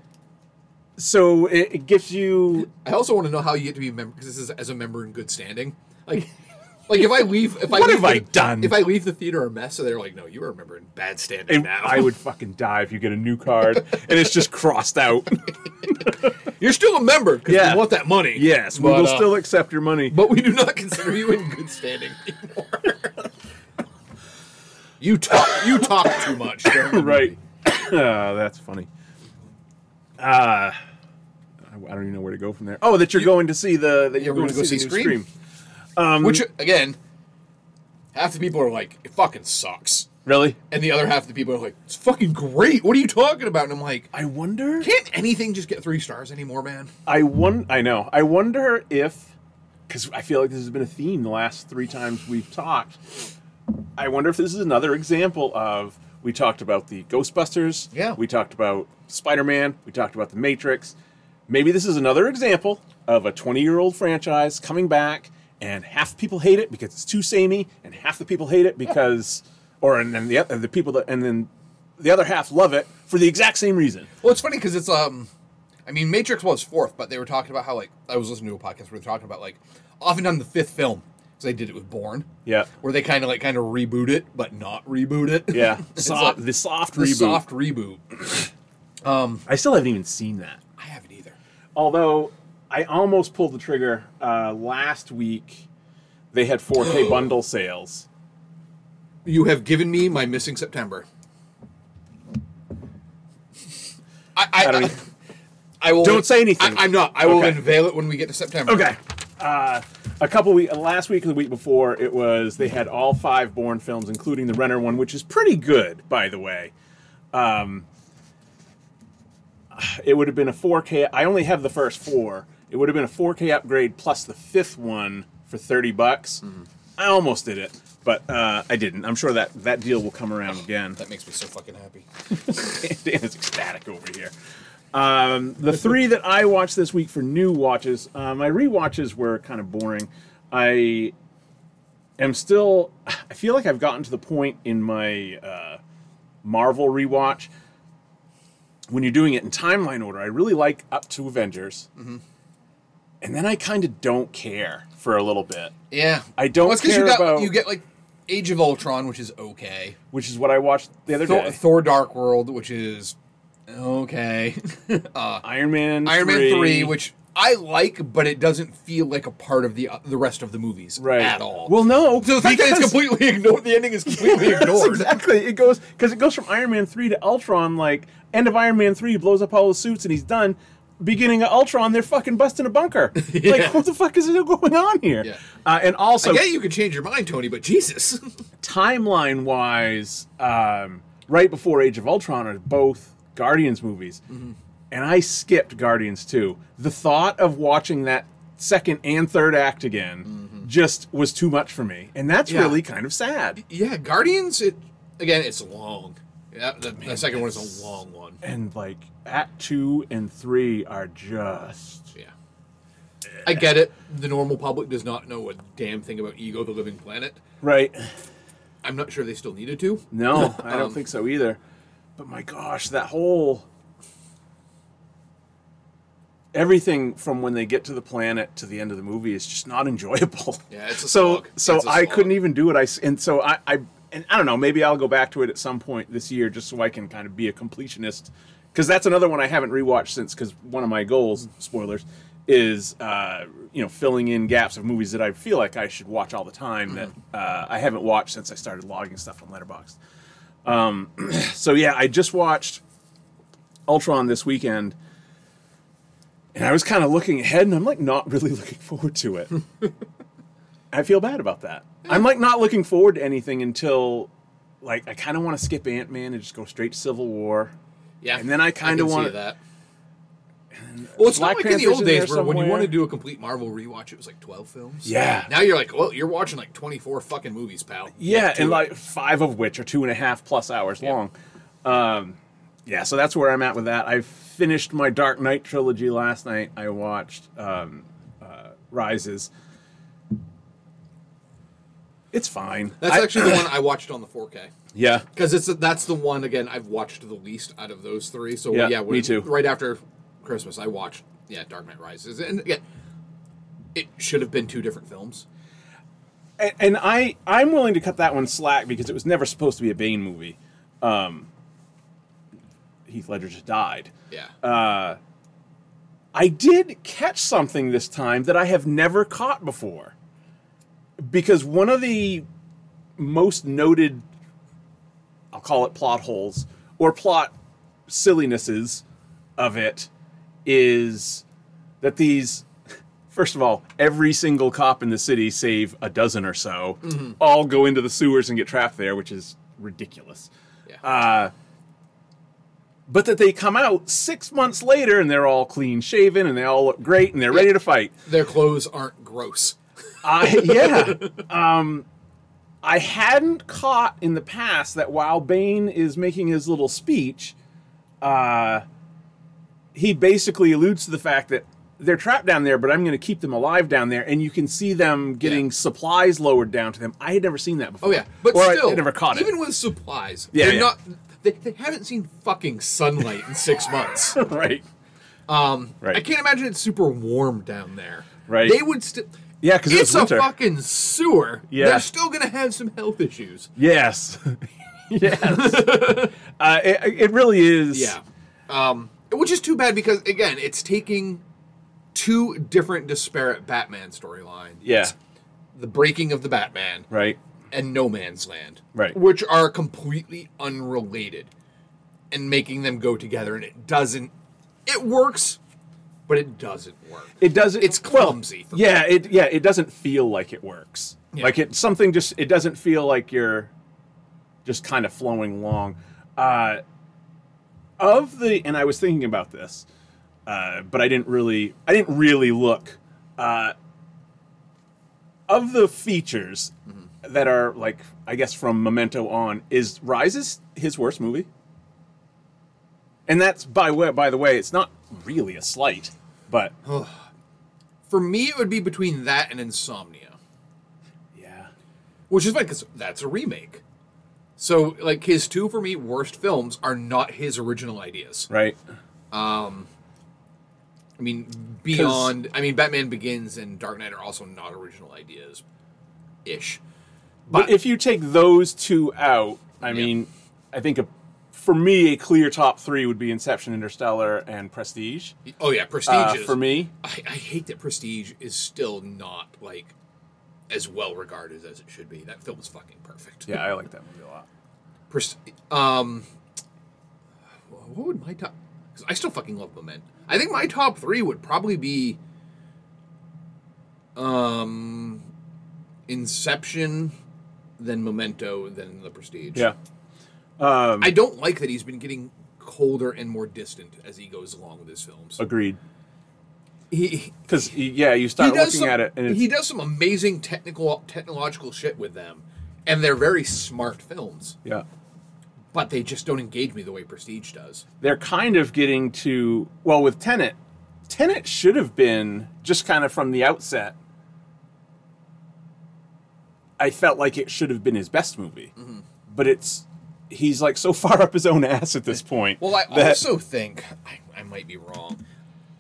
E: so it, it gives you.
F: I also want to know how you get to be a member because this is as a member in good standing. Like, like if I leave, if I
E: What
F: leave
E: have I
F: the-
E: done?
F: If I leave the theater a mess, so they're like, no, you are a member in bad standing
E: it-
F: now.
E: I would fucking die if you get a new card and it's just crossed out.
F: You're still a member because
E: Yeah.
F: we want that money.
E: yes, we
F: but,
E: will
F: uh,
E: still accept your money.
F: but we do not consider you in good standing anymore. you talk. You talk too much. during the
E: right.
F: movie.
E: Uh, that's funny. Uh, I I don't even know where to go from there. Oh, that you're going to see the that you're,
F: You're
E: going, to go see, the new Scream.
F: Which again, half the people are like, it fucking sucks.
E: Really?
F: And the other half of the people are like, it's fucking great. What are you talking about? And I'm like,
E: I wonder.
F: can't anything just get three stars anymore, man?
E: I won. I know. I wonder if because I feel like this has been a theme the last three times we've talked. I wonder if this is another example of we talked about the Ghostbusters.
F: Yeah.
E: We talked about Spider Man. We talked about the Matrix. Maybe this is another example of a 20 year old franchise coming back, and half the people hate it because it's too samey, and half the people hate it because, or and then the oth- the people that and then the other half love it for the exact same reason.
F: Well, it's funny because it's, um, I mean, Matrix was fourth, but they were talking about how, like, I was listening to a podcast where they were talking about, like, often on the fifth film, because they did it with Born.
E: Yeah.
F: Where they kind of, like, kind of reboot it, but not reboot it.
E: Yeah.
F: It's
E: Soft,
F: like
E: the soft
F: the
E: reboot.
F: soft reboot.
E: I still haven't even seen that.
F: I haven't either.
E: Although I almost pulled the trigger uh, last week. They had 4K bundle sales,
F: You have given me my missing September. I, I,
E: I
F: I,
E: don't
F: don't
E: even-
F: I will.
E: Don't say anything.
F: I, am not. I will
E: Okay.
F: unveil it when we get to September.
E: Okay. Uh, a couple week last week or the week before it was they had all five Bourne films, including the Renner one, which is pretty good, by the way. Um, it would have been a 4K. I only have the first four. It would have been a 4K upgrade plus the fifth one for thirty bucks. I almost did it, but uh, I didn't. I'm sure that that deal will come around again.
F: That makes me so fucking happy.
E: Dan is ecstatic over here. Um, the three that I watched this week for new watches, uh, my rewatches were kind of boring. I am still, I feel like I've gotten to the point in my uh, Marvel rewatch when you're doing it in timeline order. I really like up to Avengers,
F: Mm-hmm.
E: and then I kind of don't care for a little bit,
F: Yeah.
E: I don't
F: Well, it's 'cause
E: care
F: you got,
E: about-
F: You get like Age of Ultron, which is okay.
E: which is what I watched the other
F: Thor,
E: day.
F: Thor: Dark World, which is okay. uh,
E: Iron Man,
F: Iron Man three,
E: which.
F: which I like, but it doesn't feel like a part of the uh, the rest of the movies
E: right.
F: at all.
E: Well, no,
F: so the fact that it's
E: because-
F: completely ignored, the ending is completely
E: That's
F: ignored.
E: exactly. It goes because it goes from Iron Man three to Ultron. Like end of Iron Man three, he blows up all the suits and he's done. Beginning of Ultron, they're fucking busting a bunker. Like what the fuck is going on here?
F: Yeah.
E: Uh, and also
F: yeah, you could change your mind, Tony, but Jesus.
E: timeline wise, um, right before Age of Ultron are both Guardians movies,
F: Mm-hmm.
E: and I skipped Guardians two. The thought of watching that second and third act again just was too much for me, and that's
F: Mm-hmm. Yeah.
E: really kind of sad.
F: yeah, Guardians. It again, it's long. Yeah, the, the second one is a long one.
E: and like Act Two and Three are just
F: Yeah, I get it. The normal public does not know a damn thing about Ego, the Living Planet.
E: right.
F: I'm not sure they still needed to.
E: No, I don't
F: Um,
E: think so either. But my gosh, that whole everything from when they get to the planet to the end of the movie is just not enjoyable.
F: Yeah, it's a
E: so
F: slog.
E: so
F: It's a
E: I
F: slog.
E: couldn't even do it. I s- and so I I and I don't know. Maybe I'll go back to it at some point this year just so I can kind of be a completionist because that's another one I haven't rewatched since. Because one of my goals, spoilers, is uh, you know filling in gaps of movies that I feel like I should watch all the time
F: Mm-hmm.
E: that uh, I haven't watched since I started logging stuff on Letterboxd. So yeah, I just watched Ultron this weekend, and I was kind of looking ahead, and I'm like not really looking forward to it. I feel bad about that. I'm like not looking forward to anything until, like, I kind of want to skip Ant Man and just go straight to Civil War.
F: Yeah,
E: And then I kinda
F: can see
E: wanna-
F: that. Well, it's
E: Black
F: not like in the
E: Panther's
F: old
E: in
F: days
E: there
F: where when you
E: somewhere.
F: want to do a complete Marvel rewatch, it was like twelve films.
E: Yeah.
F: Now you're like, well, you're watching like twenty four fucking movies, pal.
E: Yeah,
F: Get to
E: and
F: it.
E: like five of which are two and a half plus hours
F: Yeah.
E: long. Um, yeah, so that's where I'm at with that. I finished my Dark Knight trilogy last night. I watched um, uh, Rises. It's fine.
F: that's
E: I-
F: actually the one I watched on the four K
E: yeah.
F: because it's that's the one again I've watched the least out of those three. So
E: Yeah,
F: yeah,
E: me
F: when-
E: too.
F: Right after Christmas, I watched yeah Dark Knight Rises, and again, it should have been two different films.
E: and, and I I'm willing to cut that one slack because it was never supposed to be a Bane movie. Um, Heath Ledger just died.
F: Yeah.
E: I did catch something this time that I have never caught before. Because one of the most noted, I'll call it plot holes or plot sillinesses of it is that these, first of all, every single cop in the city, save a dozen or so, all go into the sewers and get trapped there, which is ridiculous
F: yeah.
E: but that they come out six months later and they're all clean shaven and they all look great and they're ready to fight.
F: Their clothes aren't gross.
E: I yeah. Um, I hadn't caught in the past that while Bane is making his little speech, uh, he basically alludes to the fact that they're trapped down there, but I'm going to keep them alive down there, and you can see them getting
F: Yeah.
E: supplies lowered down to them. I had never seen that before.
F: Oh yeah, but
E: Or I-
F: still,
E: I never caught it.
F: even with supplies,
E: Yeah,
F: they're
E: yeah.
F: not. They, they haven't seen fucking sunlight in six months.
E: right. Um, right.
F: I can't imagine it's super warm down there.
E: Right.
F: They would still.
E: Yeah, 'cause it was
F: it's a
E: winter.
F: fucking sewer.
E: Yeah.
F: They're still gonna have some health issues.
E: Yes. yes. uh, it, it really is.
F: Yeah. Um, which is too bad because again, it's taking two different disparate Batman storylines.
E: Yeah.
F: The breaking of the Batman
E: Right.
F: and No Man's Land,
E: Right.
F: Which are completely unrelated, and making them go together, and it doesn't. It works, but it doesn't work.
E: It doesn't.
F: It's
E: well,
F: clumsy for me.
E: yeah, it yeah, it doesn't feel like it works.
F: Yeah.
E: Like it something just it doesn't feel like you're just kind of flowing along. Uh, of the and I was thinking about this, uh, but I didn't really I didn't really look. Uh, of the features
F: Mm-hmm.
E: that are like I guess from Memento on, is Rise is his worst movie, and that's by way by the way, it's not really a slight, but
F: for me, it would be between that and Insomnia,
E: yeah.
F: which is fine because that's a remake. So, like his two for me worst films are not his original ideas.
E: Right.
F: I mean, beyond. I mean, Batman Begins and Dark Knight are also not original ideas, ish.
E: But if you take those two out, I mean, I think a, for me, a clear top three would be Inception, Interstellar, and Prestige.
F: Oh yeah, Prestige.
E: Uh,
F: is-
E: for me,
F: I, I hate that Prestige is still not like as well regarded as it should be. That film is fucking perfect.
E: yeah, I like that movie a lot.
F: Pres- um, what would my top? Because I still fucking love Memento. I think my top three would probably be, um, Inception, then Memento, then The Prestige.
E: Yeah.
F: I don't like that he's been getting colder and more distant as he goes along with his films.
E: Agreed.
F: He
E: Because yeah, you start looking
F: some,
E: at it, and it's,
F: he does some amazing technical technological shit with them, and they're very smart films.
E: yeah,
F: But they just don't engage me the way Prestige does.
E: they're kind of getting to well with Tenet. Tenet should have been just kind of from the outset. I felt like it should have been his best movie,
F: Mm-hmm.
E: but it's he's like so far up his own ass at this point.
F: Well, I
E: that-
F: also think I, I might be wrong.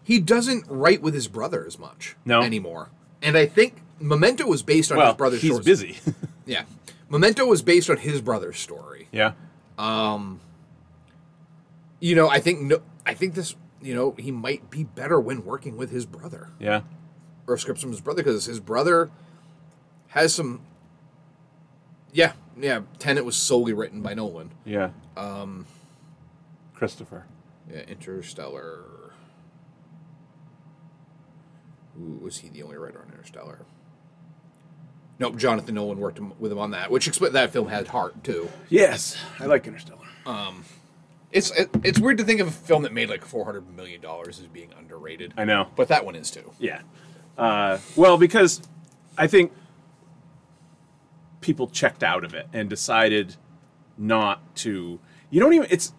F: He doesn't write with his brother as much
E: No.
F: anymore, and I think Memento was based on
E: well,
F: his brother's.
E: he's
F: short-
E: busy.
F: Yeah, Memento was based on his brother's story.
E: yeah,
F: You know, I think no, I think this. You know, he might be better when working with his brother.
E: yeah,
F: or scripts from his brother because his brother has some. Yeah, yeah. Tenet was solely written by Nolan.
E: yeah. Um, Christopher.
F: Yeah, Interstellar. Ooh, was he the only writer on Interstellar? Nope, Jonathan Nolan worked him- with him on that, which explains that film had heart too.
E: Yes, I like Interstellar.
F: It's it, it's weird to think of a film that made like four hundred million dollars as being underrated.
E: I know.
F: but that one is too.
E: Yeah. Uh, well, because I think people checked out of it and decided not to. You don't even. It's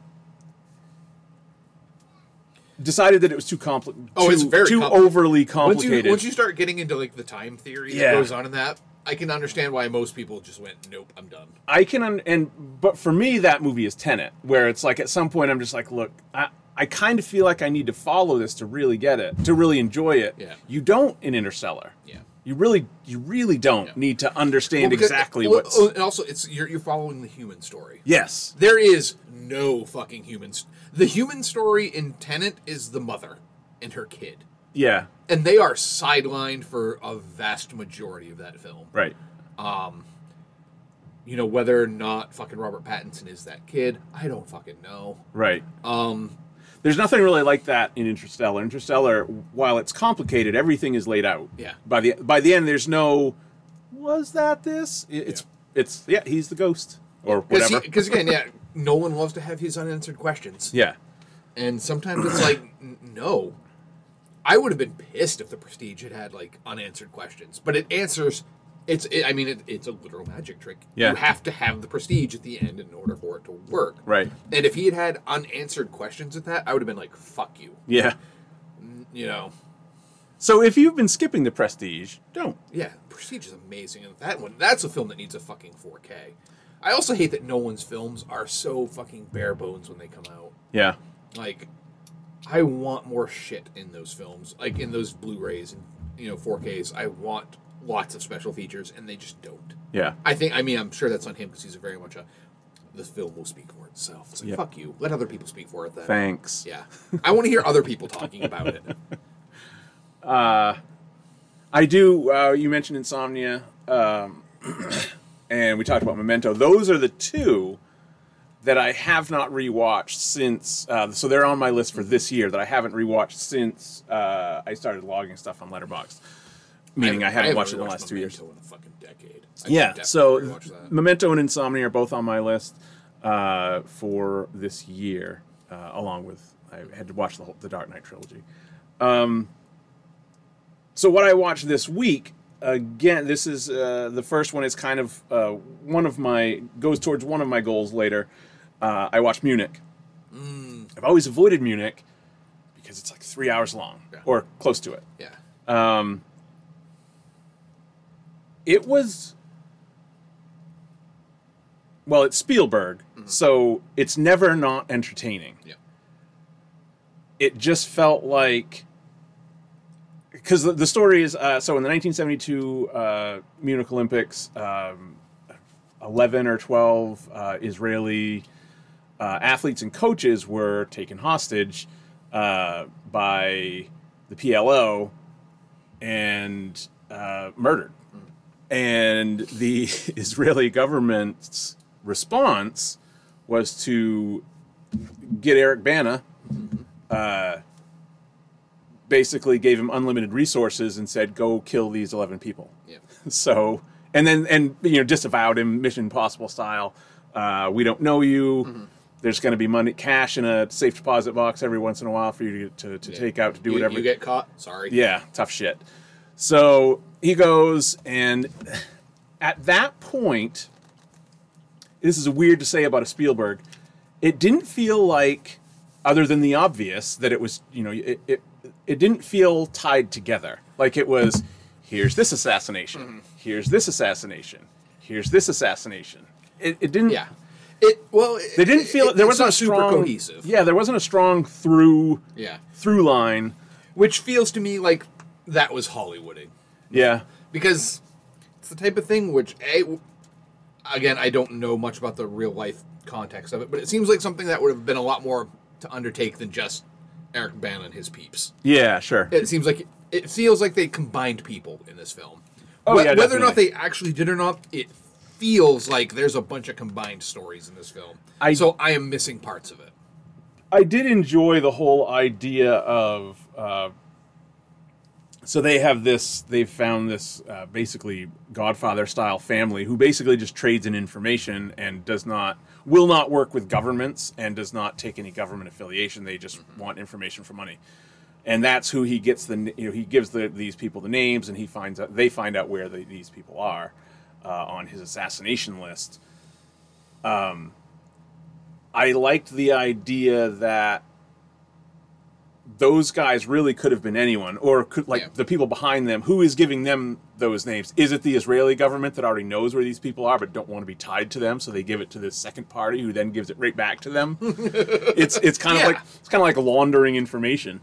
E: decided that it was too compli-
F: Oh,
E: too,
F: it's very
E: too
F: compli-
E: overly
F: Once you
E: complicated.
F: once you start getting into like the time theory
E: Yeah.
F: that goes on in that, I can understand why most people just went, "Nope, I'm done."
E: I can un- and but for me that movie is Tenet, where it's like at some point I'm just like, look, I I kind of feel like I need to follow this to really get it, to really enjoy it.
F: Yeah.
E: You don't in Interstellar.
F: Yeah.
E: You really you really don't need to understand
F: Well, because-
E: exactly
F: well,
E: what's
F: oh, and also it's you're, you're following the human story.
E: Yes.
F: There is no fucking humans. The human story in Tenant is the mother and her kid,
E: Yeah.
F: and they are sidelined for a vast majority of that film.
E: Right.
F: You know whether or not fucking Robert Pattinson is that kid, I don't fucking know.
E: Right. Um there's nothing really like that in Interstellar. Interstellar, while it's complicated, everything is laid out.
F: Yeah.
E: By the by the end there's no was that this? It- It's it's yeah, he's the ghost or whatever.
F: Because again, yeah, Nolan loves to have his unanswered questions,
E: yeah.
F: and sometimes it's like n- no. I would have been pissed if the Prestige had had like unanswered questions, but it answers. It's. It, I mean, it, it's a literal magic trick.
E: Yeah.
F: You have to have the Prestige at the end in order for it to work.
E: Right.
F: And if he had had unanswered questions at that, I would have been like, "Fuck you,"
E: Yeah.
F: you know.
E: So if you've been skipping the prestige, don't.
F: Yeah, Prestige is amazing, and that one—that's a film that needs a fucking 4K. I also hate that Nolan's films are so fucking bare bones when they come out.
E: Yeah.
F: Like, I want more shit in those films, like in those Blu-rays and you know 4Ks. I want lots of special features, and they just don't.
E: Yeah.
F: I think. I mean, I'm sure that's on him because he's a very much a. The film will speak for itself. It's like
E: Yeah.
F: fuck you. Let other people speak for it then.
E: Thanks.
F: Yeah, I want to hear other people talking about it.
E: I do. Uh, you mentioned insomnia, um, and we talked about Memento. Those are the two that I have not rewatched since. Uh, so they're on my list for this year that I haven't rewatched since uh, I started logging stuff on Letterboxd. Meaning I, haven't watched it in the
F: rewatched
E: last two years.
F: Memento In a fucking decade. I should
E: Yeah,
F: definitely
E: so
F: rewatch that.
E: Memento and Insomnia are both on my list uh, for this year, uh, along with I had to watch the whole, the Dark Knight trilogy. Um, so what I watched this week again, this is uh, the first one is kind of uh, one of my goes towards one of my goals later. Uh, I watched Munich.
F: Mm.
E: I've always avoided Munich because it's like three hours long
F: Yeah.
E: or close to it
F: Yeah.
E: it was well it's spielberg so it's never not entertaining
F: Yeah.
E: it just felt like because the, the story is uh, so in the 1972 uh, munich olympics um, 11 or 12 uh, israeli uh, athletes and coaches were taken hostage uh, by the plo and uh, murdered and the Israeli government's response was to get Eric Bana, uh, basically gave him unlimited resources and said, "Go kill these eleven people."
F: Yeah.
E: So, and then and you know disavowed him, Mission Impossible style. Uh, we don't know you.
F: Mm-hmm.
E: There's going to be money, cash in a safe deposit box every once in a while for you to, to, to take out to do
F: You-
E: whatever.
F: You get caught. Sorry.
E: Yeah, tough shit. So he goes, and at that point, this is weird to say about a Spielberg. It didn't feel like, other than the obvious, that it was you know it it, it didn't feel tied together. Like it was, here's this assassination,
F: Mm-hmm.
E: here's this assassination, here's this assassination. It, it didn't.
F: Yeah. It well.
E: They didn't feel there wasn't a
F: super
E: strong
F: cohesive.
E: Yeah, there wasn't a strong through
F: Yeah.
E: through line.
F: Which feels to me like that was Hollywooding
E: Yeah.
F: because it's the type of thing which a again I don't know much about the real life context of it, but it seems like something that would have been a lot more to undertake than just Eric Bana and his peeps.
E: Yeah. Sure.
F: It seems like it feels like they combined people in this film.
E: Oh,
F: Wh-
E: yeah,
F: whether or not
E: definitely.
F: they actually did or not, it feels like there's a bunch of combined stories in this film.
E: I-
F: so I am missing parts of it.
E: I did enjoy the whole idea of. Uh, so they have this. They've found this uh, basically Godfather-style family who basically just trades in information and does not, will not work with governments and does not take any government affiliation. They just want information for money, and that's who he gets the. n- You know, he gives the, these people the names, and he finds out. They find out where the, these people are uh, on his assassination list. I liked the idea that those guys really could have been anyone, or could like
F: Yeah.
E: the people behind them. Who is giving them those names? Is it the Israeli government that already knows where these people are, but don't want to be tied to them, so they give it to this second party, who then gives it right back to them? it's it's kind
F: Yeah.
E: of like it's kind of like laundering information.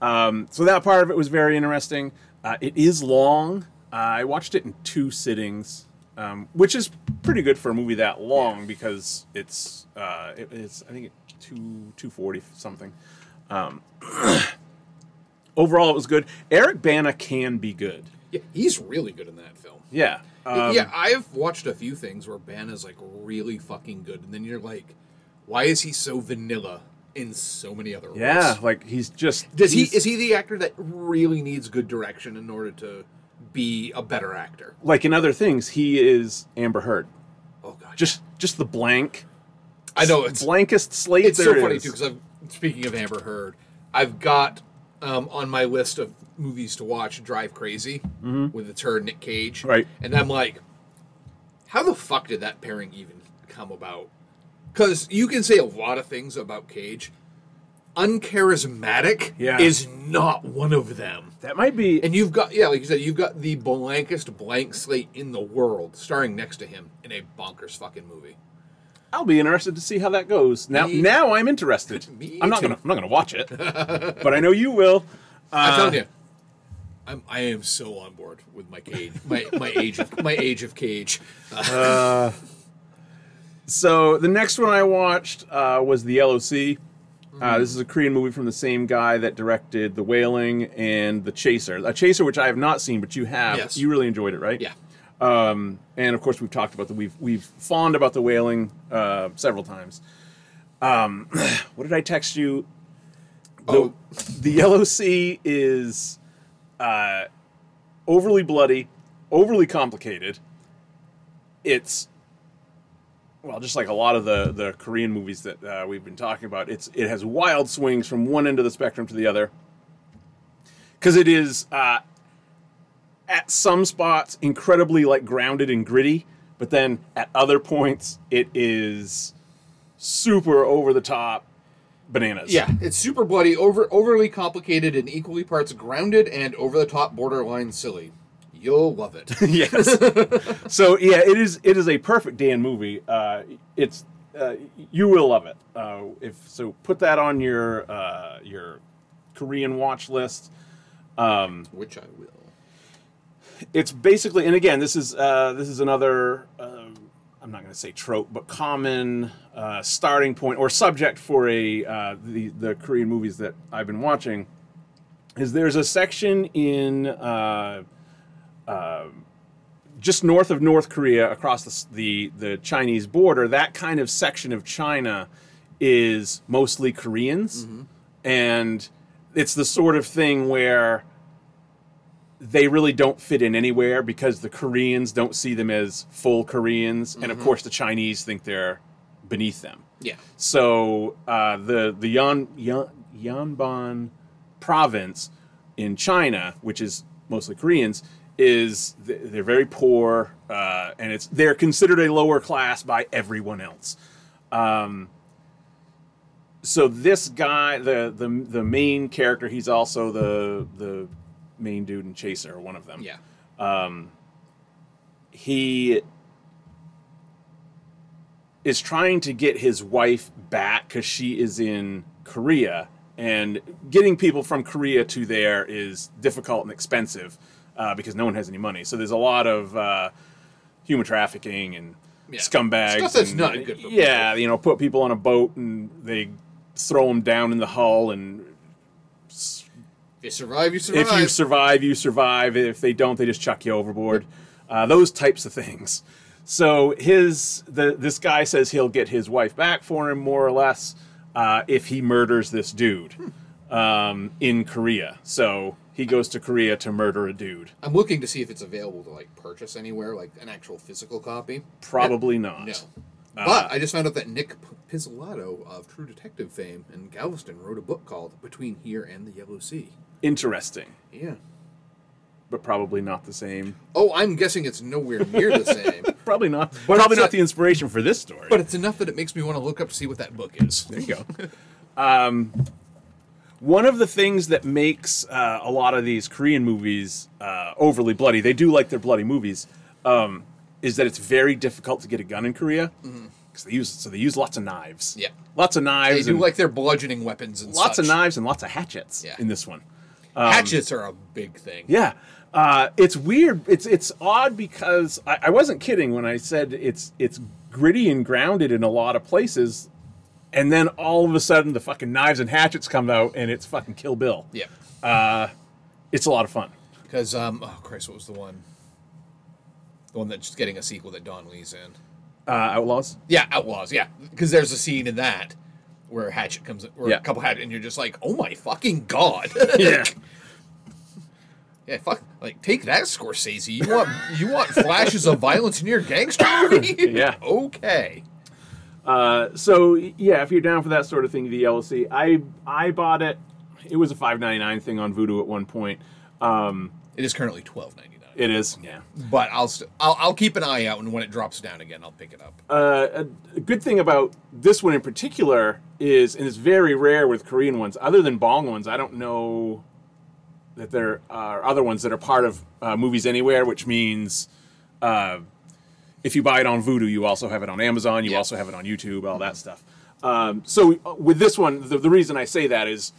E: Um, so that part of it was very interesting. Uh, it is long. Uh, I watched it in two sittings, um, which is pretty good for a movie that long because it's uh, it, it's I think it, two two forty something. Um, overall, it was good. Eric Bana can be good.
F: Yeah, he's really good in that film.
E: Yeah. Um,
F: yeah, I've watched a few things where Ben is like really fucking good, and then you're like, why is he so vanilla in so many other roles?
E: Yeah, like he's just
F: Does he
E: he's-
F: is he the actor that really needs good direction in order to be a better actor?
E: like in other things he is Amber Heard.
F: Oh god,
E: Just just the blank
F: I know Oh, it's
E: blankest slate.
F: it's so
E: there
F: funny
E: is.
F: too because I'm speaking of Amber Heard, I've got um, on my list of movies to watch Drive Crazy with it's her and Nick Cage,
E: Mm-hmm. Right.
F: And I'm like, how the fuck did that pairing even come about? Because you can say a lot of things about Cage. Uncharismatic
E: Yeah.
F: is not one of them.
E: that might be
F: And you've got, yeah, like you said, you've got the blankest blank slate in the world starring next to him in a bonkers fucking movie.
E: I'll be interested to see how that goes. Now,
F: Me-
E: now I'm interested.
F: Me
E: I'm not
F: too.
E: gonna, I'm not gonna watch it, but I know you will.
F: I'm telling you, I'm I am so on board with my cage, my my age, of, my age of cage.
E: So the next one I watched uh, was The LOC.
F: Mm-hmm.
E: Uh, this is a Korean movie from the same guy that directed The Wailing and The Chaser. A Chaser, which I have not seen, but you have.
F: Yes.
E: You really enjoyed it, right?
F: Yeah.
E: Um, and of course, we've talked about the we've we've fawned about the whaling uh, several times. Um, what did I text you? The,
F: Oh.
E: the yellow sea is uh, overly bloody, overly complicated. It's well, just like a lot of the the Korean movies that uh, we've been talking about, it's it has wild swings from one end of the spectrum to the other. Because it is uh, at some spots incredibly like grounded and gritty, but then at other points it is super over the top bananas.
F: Yeah, it's super bloody, over overly complicated, and equally parts grounded and over the top, borderline silly. You'll love it.
E: yes. so yeah, it is. It is a perfect Dan movie. Uh, it's uh, you will love it. Uh, if so, put that on your uh, your Korean watch list.
F: Which I will.
E: It's basically, and again, this is uh, this is another. um I'm not going to say trope, but common uh, starting point or subject for a uh, the the Korean movies that I've been watching is there's a section in. Uh, just north of North Korea, across the, s- the the Chinese border, that kind of section of China is mostly Koreans, and it's the sort of thing where they really don't fit in anywhere because the Koreans don't see them as full Koreans, and of course the Chinese think they're beneath them.
F: Yeah.
E: So uh, the the Yan, Yan, Yanban province in China, which is mostly Koreans, is th- they're very poor, uh, and it's they're considered a lower class by everyone else. Um, so this guy, the the the main character, he's also the the main dude in Chaser, one of them
F: Yeah.
E: he is trying to get his wife back because she is in Korea, and getting people from Korea to there is difficult and expensive uh, because no one has any money. So there's a lot of uh, human trafficking and
F: Yeah.
E: scumbags.
F: Stuff that's
E: and-
F: not good for
E: yeah, you know, put people on a boat and they throw them down in the hull and
F: If you survive, you survive.
E: if you survive, you survive. If they don't, they just chuck you overboard. Uh, those types of things. So his the this guy says he'll get his wife back for him more or less uh, if he murders this dude um, in Korea. So he goes to Korea to murder a dude.
F: I'm looking to see if it's available to like purchase anywhere, like an actual physical copy.
E: Probably not.
F: No. But I just found out that Nick P- Pizzolatto of True Detective fame in Galveston wrote a book called Between Here and the Yellow Sea.
E: Interesting,
F: Yeah.
E: but probably not the same.
F: Oh, I'm guessing it's nowhere near the same,
E: Probably not. probably
F: it's
E: not
F: a-
E: the inspiration for this story.
F: but it's enough that it makes me want to look up to see what that book is.
E: There you go. Um, one of the things that makes uh, a lot of these Korean movies uh, overly bloody, they do like their bloody movies, um, is that it's very difficult to get a gun in Korea. Cause they use so they use lots of knives.
F: Mm-hmm. Yeah.
E: lots of
F: They
E: knives.
F: do
E: and
F: like their bludgeoning weapons and
E: lots of
F: such.
E: knives and lots of hatchets
F: Yeah.
E: in this one.
F: Hatchets are a big thing.
E: Yeah. Uh, it's weird. It's it's odd because I, I wasn't kidding when I said it's it's gritty and grounded in a lot of places, and then all of a sudden the fucking knives and hatchets come out and it's fucking Kill Bill.
F: Yeah.
E: It's a lot of fun.
F: Because, um, oh, Christ, what was the one? The one that's getting a sequel that Don Lee's in.
E: Uh, Outlaws.
F: Yeah, Outlaws. Yeah, because there's a scene in that where Hatchet comes, or
E: Yeah.
F: a couple Hatchet, and you're just like, oh my fucking god.
E: Yeah.
F: yeah, fuck. Like, take that, Scorsese. You want you want flashes of violence in your gangster movie?
E: Yeah.
F: Okay.
E: so yeah, if you're down for that sort of thing, the LLC, I I bought it. It was a five ninety nine thing on Voodoo at one point. Um,
F: It is currently twelve ninety nine,
E: it is. Yeah.
F: but I'll, st- I'll I'll keep an eye out, and when it drops down again, I'll pick it up.
E: uh, a, a good thing about this one in particular is, and it's very rare with Korean ones, other than Bong ones, I don't know that there are other ones that are part of uh, Movies Anywhere, which means uh, if you buy it on Vudu, you also have it on Amazon, you
F: Yeah.
E: also have it on YouTube, all that stuff. Um, so uh, with this one, the, the reason I say that is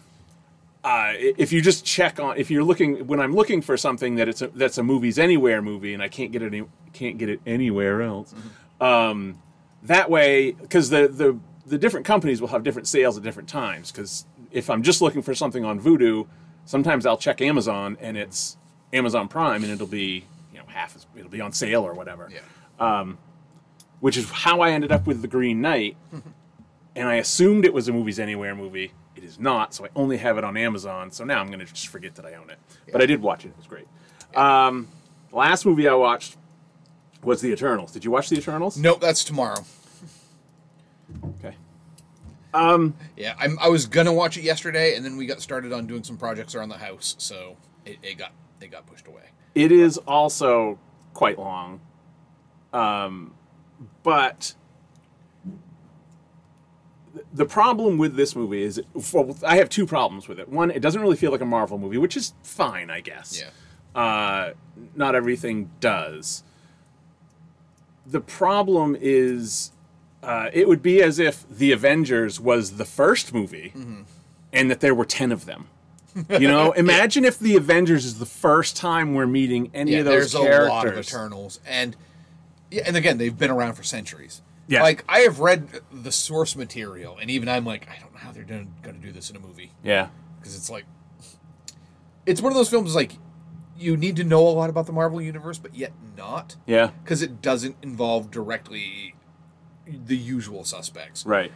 E: uh, i- if you just check on if you're looking when I'm looking for something that it's a, that's a movies anywhere movie and I can't get it any, can't get it anywhere else.
F: Mm-hmm.
E: Um, that way, because the the the different companies will have different sales at different times. Because if I'm just looking for something on Vudu, sometimes I'll check Amazon and it's Amazon Prime and it'll be you know half is, it'll be on sale or whatever.
F: Yeah.
E: Which is how I ended up with The Green Knight. and I assumed it was a Movies Anywhere movie. It is not, so I only have it on Amazon. So now I'm going to just forget that I own it. But I did watch it. It was great. Um, last movie I watched was The Eternals. Did you watch The Eternals?
F: Nope, that's tomorrow.
E: Okay.
F: Yeah, I'm, I was gonna watch it yesterday, and then we got started on doing some projects around the house, so it, it got it got pushed away.
E: It is also quite long, um, but th- the problem with this movie is, well, I have two problems with it. One, it doesn't really feel like a Marvel movie, which is fine, I guess.
F: Yeah,
E: Uh, not everything does. The problem is, uh, it would be as if the Avengers was the first movie, and that there were ten of them. You know, imagine if the Avengers is the first time we're meeting any
F: yeah.
E: of those
F: There's
E: characters.
F: a lot of Eternals, and yeah, and again, they've been around for centuries.
E: Yeah.
F: like I have read the source material, and even I'm like, I don't know how they're doing, gonna do this in a movie
E: Yeah,
F: because it's like, it's one of those films like you need to know a lot about the Marvel universe, but yet not
E: yeah,
F: because it doesn't involve directly the usual suspects.
E: right.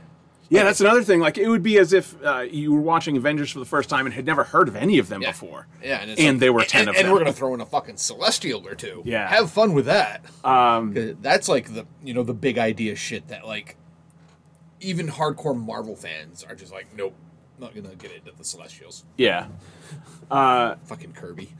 E: Yeah, that's another thing. Like, it would be as if uh, you were watching Avengers for the first time and had never heard of any of them
F: Yeah.
E: before.
F: Yeah, and, it's
E: And
F: like-
E: there were 10
F: and,
E: of
F: and
E: them.
F: we're gonna throw in a fucking celestial or two.
E: Yeah.
F: have fun with that. Um, that's like the you know the big idea shit that like even hardcore Marvel fans are just like, nope, not gonna get into the celestials.
E: Yeah,
F: Fucking Kirby.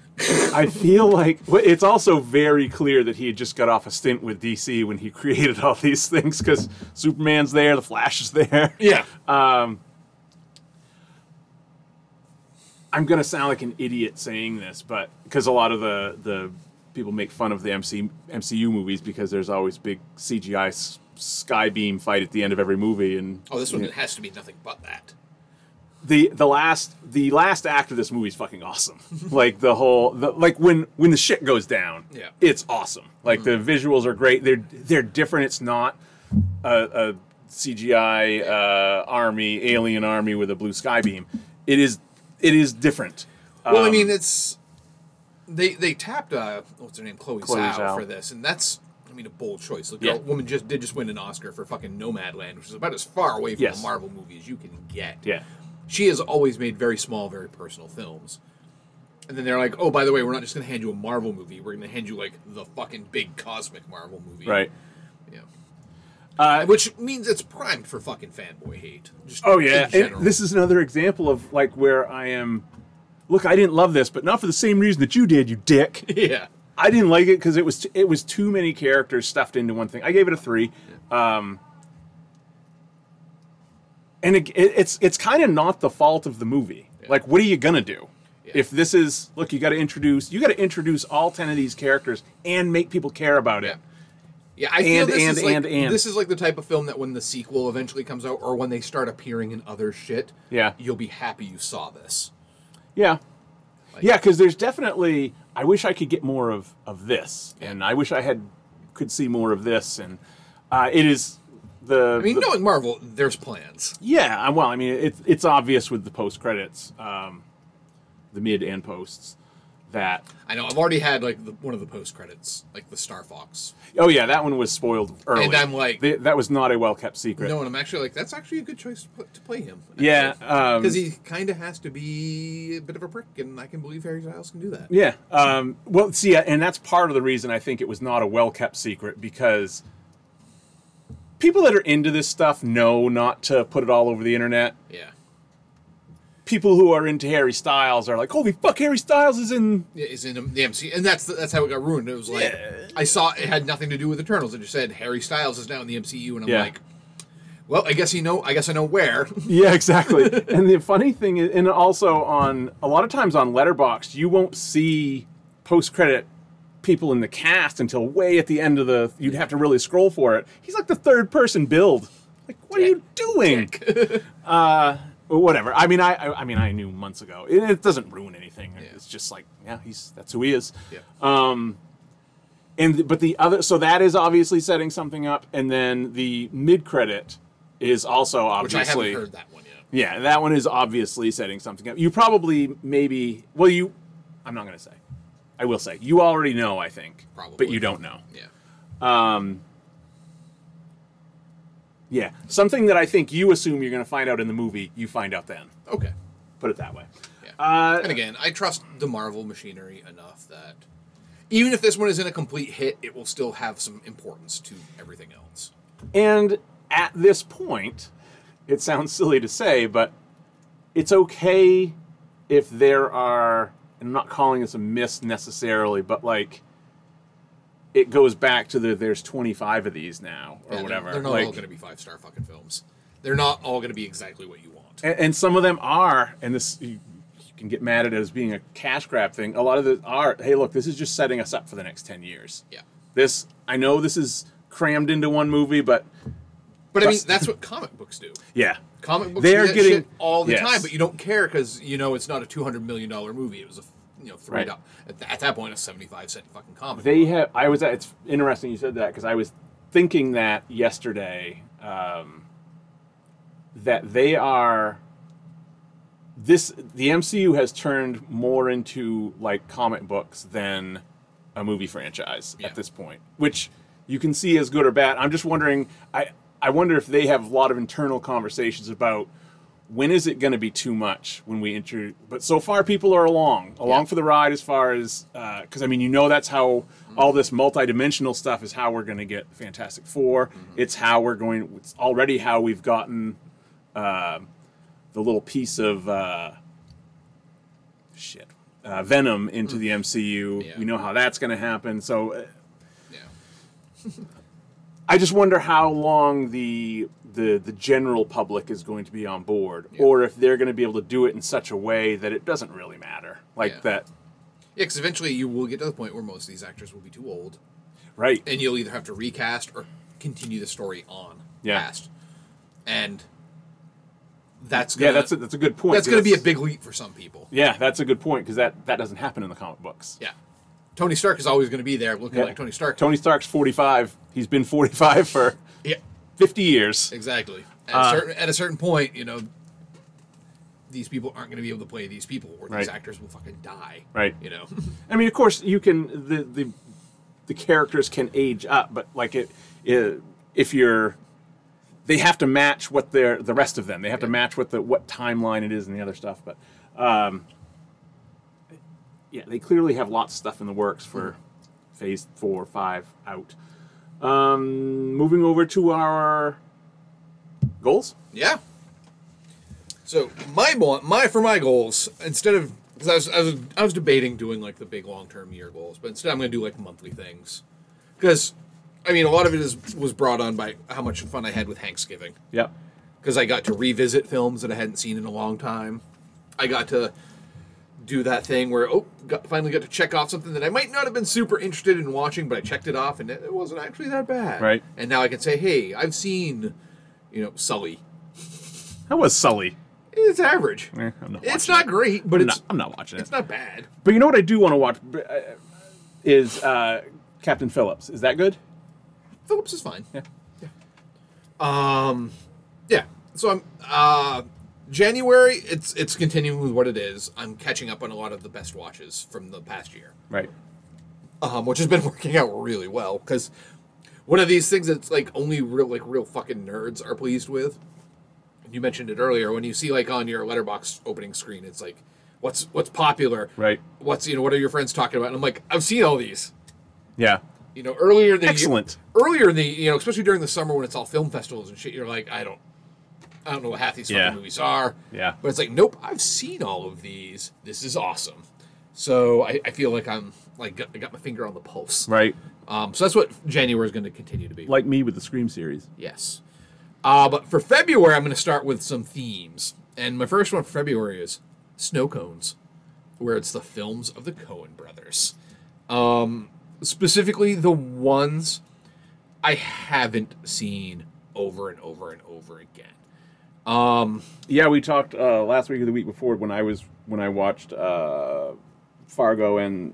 E: I feel like well, it's also very clear that he had just got off a stint with DC when he created all these things because Superman's there, the Flash is there.
F: Yeah,
E: I'm gonna sound like an idiot saying this, but because a lot of the the people make fun of the MC, MCU movies because there's always big CGI s- skybeam fight at the end of every movie, and
F: oh, this one has to be nothing but that.
E: the the last the last act of this movie is fucking awesome. like the whole the, like when when the shit goes down,
F: Yeah.
E: it's awesome. Like the visuals are great. They're they're different. It's not a, a CGI uh, army alien army with a blue sky beam. It is it is different.
F: Well,
E: Um,
F: I mean, it's they they tapped uh, what's her name, Chloe,
E: Chloe
F: Zhao,
E: Zhao.
F: for this, and that's I mean a bold choice. Like,
E: Yeah.
F: that woman just did just win an Oscar for fucking Nomadland, which is about as far away from
E: Yes.
F: a Marvel movie as you can get.
E: Yeah.
F: she has always made very small, very personal films. And then they're like, oh, by the way, we're not just going to hand you a Marvel movie. We're going to hand you, like, the fucking big cosmic Marvel movie.
E: Right.
F: Yeah. Uh, Which means it's primed for fucking fanboy hate. Just
E: Oh yeah.
F: in
E: And
F: general.
E: this is another example of like where I am. Look, I didn't love this, but not for the same reason that you did, you dick.
F: Yeah.
E: I didn't like it because it was t- it was too many characters stuffed into one thing. I gave it a three, um, and it, it- it's it's kind of not the fault of the movie. Like, what are you gonna do
F: Yeah.
E: if this is look? You got to introduce you got to introduce all ten of these characters and make people care about it.
F: Yeah, I feel
E: And,
F: this
E: and,
F: is like,
E: and, and.
F: this is like the type of film that when the sequel eventually comes out, or when they start appearing in other shit,
E: Yeah.
F: you'll be happy you saw this.
E: Yeah, yeah, because there's definitely. I wish I could get more of of this, and I wish I had could see more of this, and uh, it is. The,
F: I mean,
E: the-
F: knowing Marvel, there's plans.
E: Yeah, I- well, I mean, it's it's obvious with the post credits, um, the mid and posts that.
F: I know. I've already had like the, one of the post credits, like the Star Fox.
E: Oh yeah, that one was spoiled early.
F: And I'm like-
E: Th- that was not a well kept secret.
F: No, and I'm actually like, that's actually a good choice to, put, to play him.
E: Yeah, um,
F: because he kind of has to be a bit of a prick, and I can believe Harry Styles can do that.
E: Yeah. Um, well, see, and that's part of the reason I think it was not a well kept secret because people that are into this stuff know not to put it all over the internet.
F: Yeah,
E: People who are into Harry Styles are like, holy fuck, Harry Styles is in
F: yeah is in the MC, and that's that's how it got ruined. It was like I saw it had nothing to do with Eternals. It just said Harry Styles is now in the MCU, and I'm
E: Yeah.
F: like, well, I guess you know, I guess I know where.
E: Yeah, exactly. and the funny thing is, and also on a lot of times on Letterboxd, you won't see post credit people in the cast until way at the end of the. You'd have to really scroll for it. He's like the third person build. Like, what are you doing? uh, well, whatever. I mean, I, I I mean, I knew months ago. It, it doesn't ruin anything. It's just like, yeah, he's that's who he is.
F: yeah.
E: And but the other, so that is obviously setting something up. And then the mid credit is also
F: Which I
E: obviously
F: haven't heard that one yet.
E: yeah, that one is obviously setting something up. You probably maybe well you I'm not gonna say. I will say you already know. I think, but
F: Probably.
E: you don't know.
F: Yeah.
E: Yeah, something that I think you assume you're going to find out in the movie, you find out then.
F: Okay.
E: Put it that way.
F: Yeah.
E: Uh,
F: and again, I trust the Marvel machinery enough that even if this one isn't a complete hit, it will still have some importance to everything else.
E: And at this point, it sounds silly to say, but it's okay if there are, and I'm not calling this a miss necessarily, but like it goes back to the there's 25 of these now or
F: Yeah, they're-
E: whatever.
F: They're, not
E: like,
F: all going to be five star fucking films. They're not all going to be exactly what you want.
E: and, and some of them are, and this you, you can get mad at it as being a cash grab thing. A lot of the are, hey, look, this is just setting us up for the next 10 years.
F: Yeah.
E: This, I know this is crammed into one movie, but
F: But I mean,
E: Just-
F: that's what comic books do.
E: yeah.
F: Comic books
E: They
F: do
E: are
F: that
E: getting-
F: shit all the
E: yes.
F: time, but you don't care because you know it's not a two hundred million dollar movie. It was a you know three
E: Right.
F: dollars at, th- at that point a seventy five cent fucking comic.
E: They
F: book.
E: have. I was. at- It's interesting you said that because I was thinking that yesterday. Um, that they are. This the MCU has turned more into like comic books than a movie franchise
F: Yeah.
E: at this point, which you can see as good or bad. I'm just wondering. I I wonder if they have a lot of internal conversations about when is it going to be too much when we enter but so far people are along along
F: Yeah.
E: for the ride as far as because i mean you know that's how all this multidimensional stuff is how we're going to get fantastic 4
F: Mm-hmm.
E: it's how we're going it's already how we've gotten uh, the little piece of uh, shit uh, venom into the mcu
F: Yeah.
E: we know how that's going to happen so uh,
F: yeah.
E: I just wonder how long the the the general public is going to be on board, or if they're going to be able to do it in such a way that it doesn't really matter, like
F: Yeah.
E: that,
F: because eventually you will get to the point where most of these actors will be too old,
E: right?
F: and you'll either have to recast or continue the story on
E: Yeah.
F: past, and that's
E: yeah,
F: gonna,
E: that's a, that's a good point.
F: that's going to be a
E: because-
F: big leap for some people.
E: yeah, that's a good point because that that doesn't happen in the comic books.
F: Yeah, Tony Stark is always going to be there looking
E: Yeah.
F: like Tony Stark.
E: Tony Stark's forty five. He's been forty five for
F: yeah.
E: fifty years.
F: Exactly. At,
E: Uh,
F: a certain, at a certain point, you know, these people aren't going to be able to play these people, or
E: Right.
F: these actors will fucking die.
E: Right.
F: You know.
E: I mean, of course, you can the the the characters can age up, but like it, it if you're they have to match what they're the rest of them. They have to match what the what timeline it is and the other stuff. But um, yeah, they clearly have lots of stuff in the works for
F: Hmm.
E: phase four, five out. Um, moving over to our goals.
F: yeah. So my mo- my for my goals instead of because I was, I was I was debating doing like the big long term year goals, but instead I'm going to do like monthly things because. I mean, a lot of it is was brought on by how much fun I had with Thanksgiving.
E: Yep.
F: because I got to revisit films that I hadn't seen in a long time. I got to do that thing where oh, got, finally got to check off something that I might not have been super interested in watching, but I checked it off and it, it wasn't actually that bad.
E: Right.
F: And now I can say, hey, I've seen, you know, Sully.
E: That was Sully.
F: It's average.
E: Eh, I'm not
F: it's
E: watching
F: not great, but
E: I'm
F: it's
E: not, I'm not watching it.
F: it's not bad.
E: But you know what I do want to watch b- uh, is uh, Captain Phillips. Is that good?
F: Phillips is fine. Yeah. Um, yeah. So I'm uh, January. It's it's continuing with what it is. I'm catching up on a lot of the best watches from the past year.
E: Right.
F: um, which has been working out really well because one of these things that's like only real like real fucking nerds are pleased with. And you mentioned it earlier when you see like on your letterbox opening screen, it's like what's what's popular,
E: Right.
F: What's you know what are your friends talking about? And I'm like I've seen all these.
E: Yeah.
F: You know earlier in the year-
E: Excellent.
F: earlier in the you know especially during the summer when it's all film festivals and shit, you're like I don't. I don't know what half these fucking
E: Yeah.
F: movies are.
E: Yeah.
F: But it's like, nope, I've seen all of these. This is awesome. So I, I feel like I'm like got, I got my finger on the pulse.
E: Right.
F: Um, so that's what January is going to continue to be.
E: Like me with the Scream series.
F: yes. Uh, but for February, I'm going to start with some themes. And my first one for February is Snow Cones, where it's the films of the Cohen brothers. Um, specifically, the ones I haven't seen over and over and over again.
E: Yeah, we talked uh, last week or the week before when I was when I watched uh, Fargo and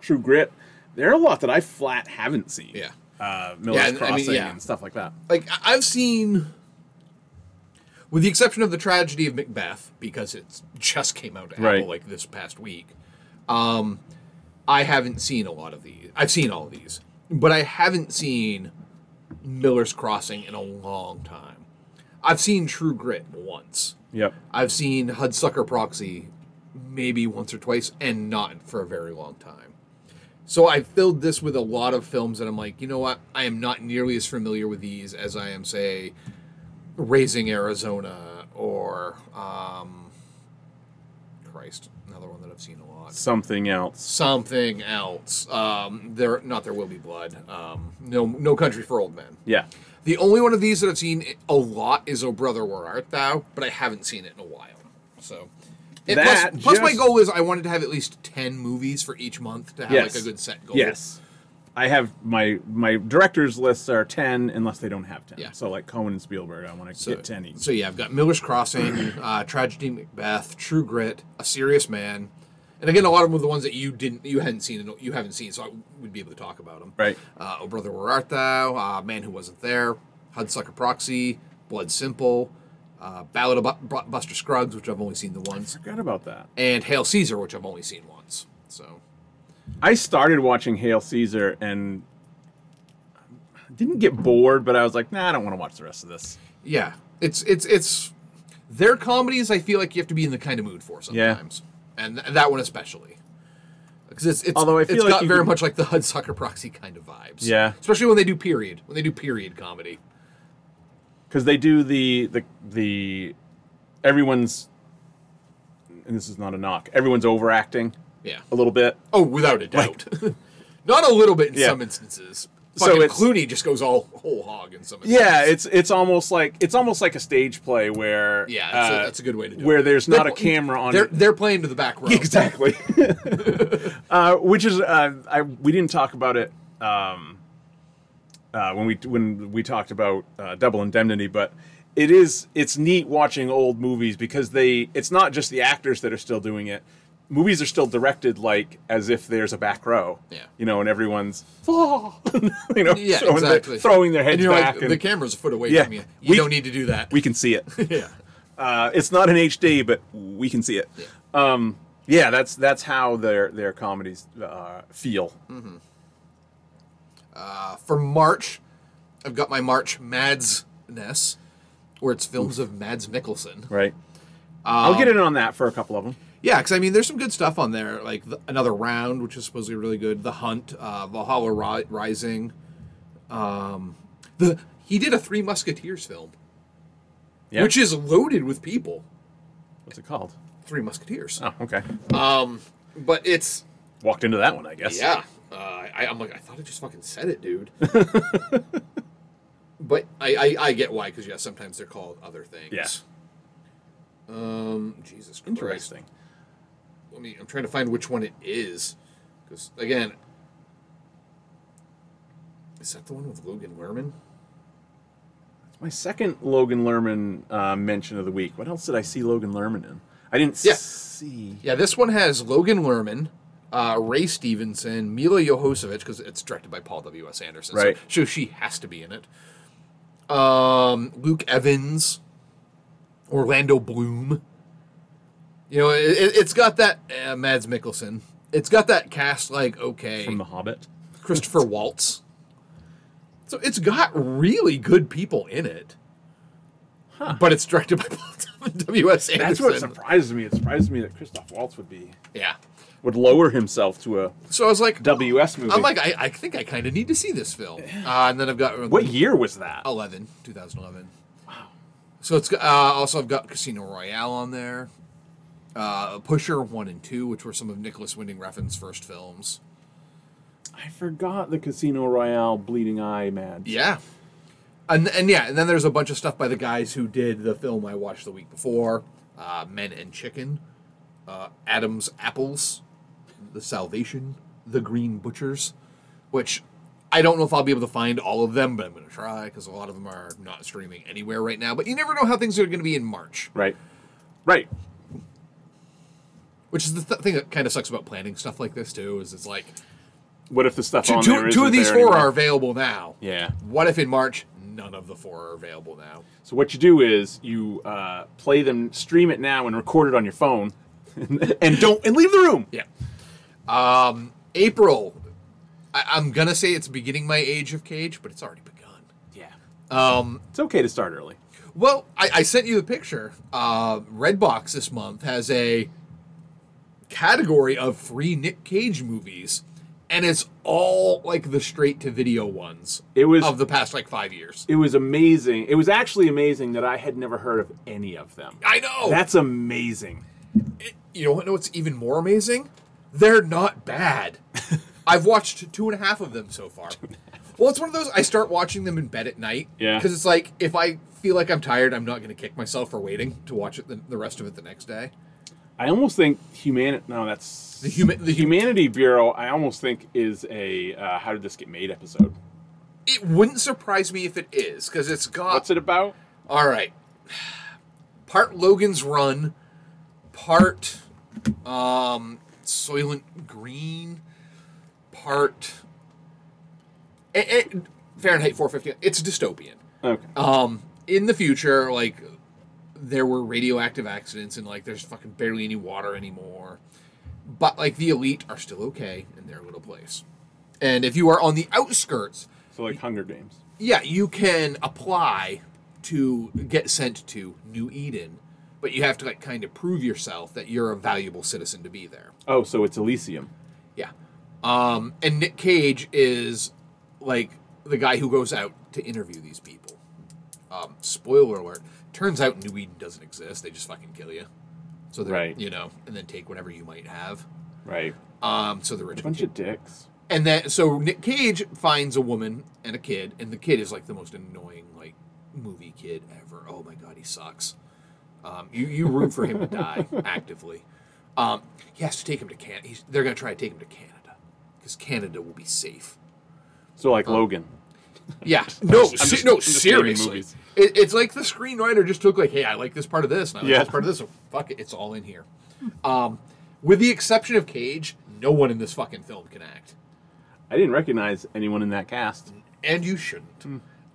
E: True Grit. There are a lot that I flat haven't seen.
F: Yeah.
E: Uh, Miller's
F: Yeah, I mean,
E: Crossing
F: yeah.
E: and stuff like that.
F: like I- I've seen, with the exception of the tragedy of Macbeth, because it just came out to Apple
E: Right.
F: like this past week. Um, I haven't seen a lot of these. I've seen all these, but I haven't seen Miller's Crossing in a long time. I've seen True Grit once.
E: Yep.
F: I've seen Hudsucker Proxy maybe once or twice and not for a very long time. So I filled this with a lot of films that I'm like, you know what? I am not nearly as familiar with these as I am, say, Raising Arizona or um, Christ, another one that I've seen a lot.
E: Something else.
F: Something else. Um, there, not there will be blood. Um, no, no country for old men.
E: Yeah.
F: The only one of these that I've seen a lot is "Oh Brother, Where Art Thou," but I haven't seen it in a while. So, and
E: That
F: plus, plus my
E: just-
F: goal is I wanted to have at least ten movies for each month to have
E: Yes.
F: like a good set goal.
E: Yes. I have my my directors lists are ten unless they don't have ten.
F: Yeah.
E: So like Cohen and Spielberg, I want to
F: So,
E: get ten each.
F: so yeah, I've got Miller's Crossing, uh, Tragedy Macbeth, True Grit, A Serious Man, and again a lot of them were the ones that you didn't, you hadn't seen, and you haven't seen, so I would be able to talk about them.
E: Right.
F: Uh, oh Brother, Where Art Thou? Uh, Man Who Wasn't There, Hudsucker Proxy, Blood Simple, uh, Ballad of Bu- Bu- Buster Scruggs, which I've only seen the once,
E: Forgot about that.
F: and Hail Caesar, which I've only seen once. So
E: I started watching Hail Caesar and didn't get bored, but I was like, nah, I don't want to watch the rest of this.
F: yeah, it's it's it's their comedies. I feel like you have to be in the kind of mood for
E: Yeah.
F: sometimes, and th- that one especially. Because it's, it's
E: Although I feel
F: it's
E: like
F: got
E: you
F: very
E: could-
F: much like the Hudsucker Proxy kind of vibes.
E: Yeah.
F: especially when they do period when they do period comedy.
E: because they do the the the everyone's and this is not a knock everyone's overacting
F: Yeah.
E: a little bit
F: Oh, without a doubt. Not a little bit in
E: Yeah.
F: some instances.
E: So
F: Fucking
E: it's-
F: Clooney just goes all whole hog in some. Instances.
E: yeah it's it's almost like it's almost like a stage play where
F: yeah. That's,
E: uh,
F: a, that's a good way to do it.
E: where there's not
F: They're
E: a camera on
F: They're
E: it.
F: they're playing to the back row.
E: exactly uh, which is uh, I, we didn't talk about it um, uh, when we when we talked about uh, double indemnity but it is it's neat watching old movies because they it's not just the actors that are still doing it movies are still directed like as if there's a back row
F: Yeah.
E: you know and everyone's you know
F: Yeah,
E: throwing, their-
F: exactly.
E: throwing their
F: and
E: heads
F: you're
E: back
F: like,
E: and
F: the camera's a foot away
E: Yeah,
F: from you. You
E: we-
F: don't need to do that.
E: we can see it
F: yeah.
E: uh, it's not in HD, but we can see it. Yeah, um, yeah that's that's how their their comedies uh, feel.
F: Mm-hmm. Uh, for March, I've got my March Madsness, where it's films of Mads Mikkelsen.
E: Right.
F: Um,
E: I'll get in on that for a couple of them.
F: Yeah, because I mean, there's some good stuff on there, like the, another round, which is supposedly really good. The Hunt, uh, Valhalla Ri- Rising. Um, the he did a Three Musketeers film,
E: Yeah.
F: which is loaded with people.
E: What's it called?
F: Three Musketeers,
E: Oh, okay.
F: but it's
E: Walked into that one, I guess.
F: Yeah. Uh, I, I'm like, I thought I just fucking said it, dude. but I, I, I get why, because, yeah, sometimes they're called other things.
E: Yeah.
F: Um, Jesus Christ.
E: Interesting.
F: I mean, I'm trying to find which one it is. Because, again, is that the one with Logan Lerman?
E: It's my second Logan Lerman uh, mention of the week. What else did I see Logan Lerman in? I didn't
F: Yeah.
E: see.
F: Yeah, this one has Logan Lerman, uh, Ray Stevenson, Mila Johosevic, because it's directed by Paul W. S. Anderson. so-
E: Right.
F: So, she has to be in it. Um, Luke Evans, Orlando Bloom. You know, it, it- it's got that uh, Mads Mikkelsen. It's got that cast like okay,
E: From The Hobbit.
F: Christopher Waltz. So it's got really good people in it. But it's directed by Paul W. S. Anderson.
E: That's what surprised me. It surprised me that Christoph Waltz would be
F: yeah.
E: would lower himself to a
F: So I was like,
E: WS movie.
F: I'm like, I, I think I kind of need to see this film. Uh, and then I've got
E: what year was that?
F: 11, 2011. Wow. So it's got- uh, also I've got Casino Royale on there, uh, Pusher one and two, which were some of Nicholas Winding Refn's first films.
E: I forgot the Casino Royale Bleeding Eye Mad.
F: Yeah. And, and yeah, and then there's a bunch of stuff by the guys who did the film I watched the week before, uh, Men and Chicken, uh, Adam's Apples, The Salvation, The Green Butchers, which I don't know if I'll be able to find all of them, but I'm going to try because a lot of them are not streaming anywhere right now. But you never know how things are going to be in March,
E: Right. Right.
F: which is the th- thing that kind of sucks about planning stuff like this too. Is it's like
E: What if the stuff
F: two,
E: on
F: two,
E: there
F: two
E: isn't
F: of these
E: there
F: four
E: anymore?
F: are available now.
E: Yeah.
F: What if in March none of the four are available now?
E: So what you do is you uh, play them, stream it now, and record it on your phone, and don't and leave the room.
F: Yeah. Um, April. I, I'm gonna say it's beginning my age of Cage, but it's already begun.
E: Yeah.
F: Um,
E: It's okay to start early.
F: well, I, I sent you the picture. Uh, Redbox this month has a category of free Nick Cage movies, and it's all like the straight to video ones
E: It was-
F: of the past like five years.
E: It was amazing. It was actually amazing that I had never heard of any of them.
F: I know.
E: That's amazing.
F: you know what? No, it's even more amazing. They're not bad. I've watched two and a half of them so far. Well, it's one of those I start watching them in bed at night.
E: Yeah.
F: Because it's like if I feel like I'm tired, I'm not going to kick myself for waiting to watch it the, the rest of it the next day.
E: I almost think humanity. No, that's
F: The human, the human,
E: Humanity Bureau. I almost think is a uh, how did this get made episode.
F: it wouldn't surprise me if it is because it's got
E: What's it about?
F: All right. Part Logan's Run, part um, Soylent Green, part eh, eh, Fahrenheit 450. It's dystopian.
E: Okay.
F: Um, in the future, like there were radioactive accidents and like there's fucking barely any water anymore. But like the elite are still okay in their little place. And if you are on the outskirts,
E: So like Hunger Games.
F: yeah, you can apply to get sent to New Eden, but you have to like kind of prove yourself that you're a valuable citizen to be there.
E: Oh, so it's Elysium.
F: Yeah. Um, and Nick Cage is like the guy who goes out to interview these people. Um, spoiler alert. Turns out New Eden doesn't exist. They just fucking kill you. So they're,
E: Right.
F: you know, and then take whatever you might have.
E: Right.
F: Um, so the rich
E: Bunch of dicks.
F: and that so Nick Cage finds a woman and a kid, and the kid is like the most annoying like movie kid ever. Oh my god, he sucks. Um, you you root for him to die actively. Um, he has to take him to Canada. He's, they're gonna try to take him to Canada because Canada will be safe.
E: So like Logan.
F: Yeah, no,
E: just- I'm
F: se-
E: just-
F: no,
E: I'm just naming
F: seriously.
E: movies.
F: It, it's like the screenwriter just took like, hey, I like this part of this, and I like
E: Yeah.
F: this part of this. So fuck it, it's all in here. Um, with the exception of Cage, no one in this fucking film can act.
E: I didn't recognize anyone in that cast.
F: and you shouldn't.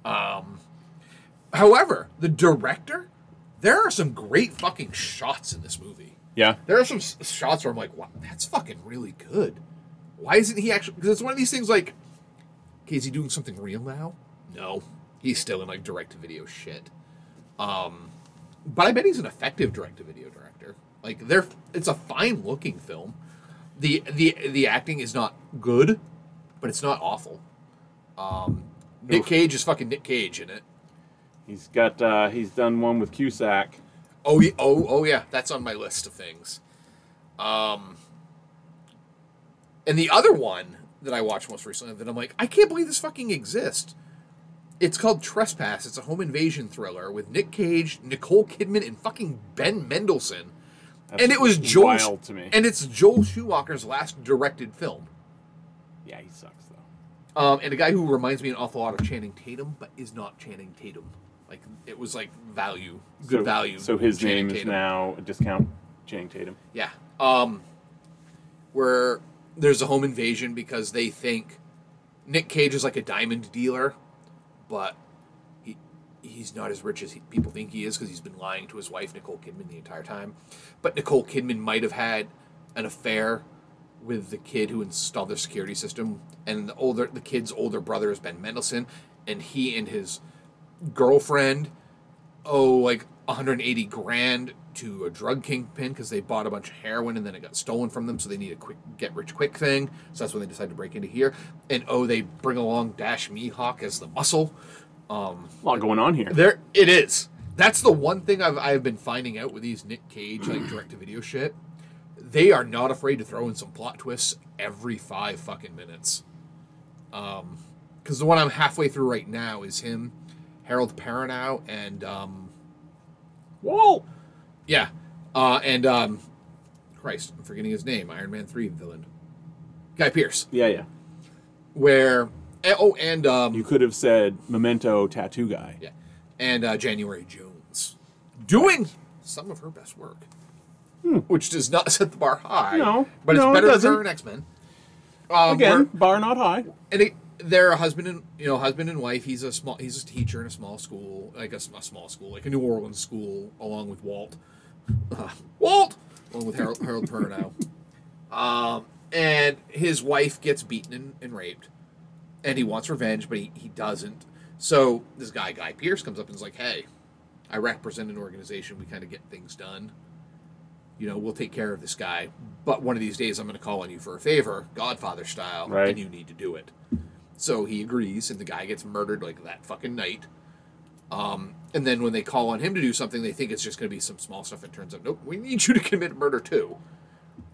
F: Um, however, the director, there are some great fucking shots in this movie.
E: Yeah.
F: There are some s- shots where I'm like, wow, that's fucking really good. Why isn't he actually? Because it's one of these things like, okay, is he doing something real now? No, he's still in like direct to video shit. Um, but I bet he's an effective direct to video director. Like, they're it's a fine looking film. the the The acting is not good, but it's not awful. Um, Nick
E: Oof.
F: Cage is fucking Nick Cage in it.
E: He's got. Uh, he's done one with Cusack.
F: Oh, ye- oh, oh, yeah. That's on my list of things. Um, and the other one that I watched most recently that I'm like, I can't believe this fucking exists. It's called Trespass. It's a home invasion thriller with Nick Cage, Nicole Kidman, and fucking Ben Mendelsohn. and it was Joel.
E: wild to me.
F: And it's Joel Schumacher's last directed film.
E: Yeah, he sucks though.
F: Um, and a guy who reminds me an awful lot of Channing Tatum, but is not Channing Tatum. Like it was like value, good
E: so,
F: value.
E: So his
F: Channing
E: name is
F: Tatum.
E: now a discount Channing Tatum.
F: Yeah. Um, where there's a home invasion because they think Nick Cage is like a diamond dealer, but he he's not as rich as he, people think he is because he's been lying to his wife Nicole Kidman the entire time. But Nicole Kidman might have had an affair with the kid who installed their security system, and the older the kid's older brother is Ben Mendelsohn, and he and his girlfriend oh like 180 grand to a drug kingpin because they bought a bunch of heroin and then it got stolen from them so they need a quick get rich quick thing so that's when they decide to break into here and oh they bring along dash mehawk as the muscle
E: A lot going on here.
F: there it is that's the one thing i've, I've been finding out with these nick cage like direct-to-video shit they are not afraid to throw in some plot twists every five fucking minutes um because the one i'm halfway through right now is him harold Perrineau, and um
E: Whoa.
F: Yeah. Uh, and um, Christ, I'm forgetting his name. Iron Man three villain, Guy Pierce.
E: Yeah, yeah.
F: Where eh, oh, and um,
E: You could have said Memento Tattoo Guy.
F: yeah, and uh, January Jones, doing some of her best work, which does not set the bar high.
E: Hmm. No,
F: but it's
E: no, it
F: better than
E: doesn't.
F: her in X Men. Um,
E: Again,
F: where-
E: bar not high.
F: and it, they're a husband and you know husband and wife. He's a small he's a teacher in a small school, like a, s- a small school, like a New Orleans school, along with Walt, Walt, along with Harold Harold Perrineau. Um, and his wife gets beaten and, and raped, and he wants revenge, but he, he doesn't. So this guy, Guy Pierce, comes up and is like, "Hey, I represent an organization. We kind of get things done. You know, we'll take care of this guy. But one of these days, I'm going to call on you for a favor, Godfather style,
E: Right.
F: and you need to do it." So he agrees, and the guy gets murdered like that fucking night. Um, and then when they call on him to do something, they think it's just going to be some small stuff. It turns out, nope, we need you to commit murder too.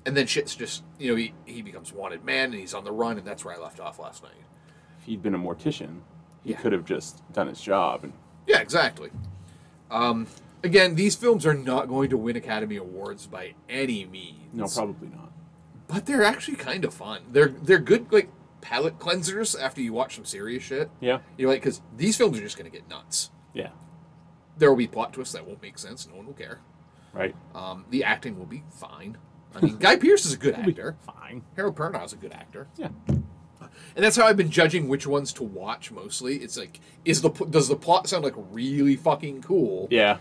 F: And then shit's just, you know, he, he becomes wanted man and he's on the run, and that's where I left off last night.
E: If he'd been a mortician, he
F: Yeah.
E: could have just done his job. And
F: Yeah, exactly. Um, again, these films are not going to win Academy Awards by any means.
E: no, probably not.
F: But they're actually kind of fun. They're they're good like palate cleansers after you watch some serious shit.
E: Yeah,
F: You're like, because these films are just going to get nuts.
E: yeah,
F: There will be plot twists that won't make sense. No one will care.
E: right.
F: Um, the acting will be fine. I mean, Guy Pearce is a good
E: It'll be
F: actor.
E: Fine.
F: Harold Pernow is a good actor,
E: Yeah.
F: and that's how I've been judging which ones to watch. Mostly, it's like, is the pl- does the plot sound like really fucking cool?
E: Yeah.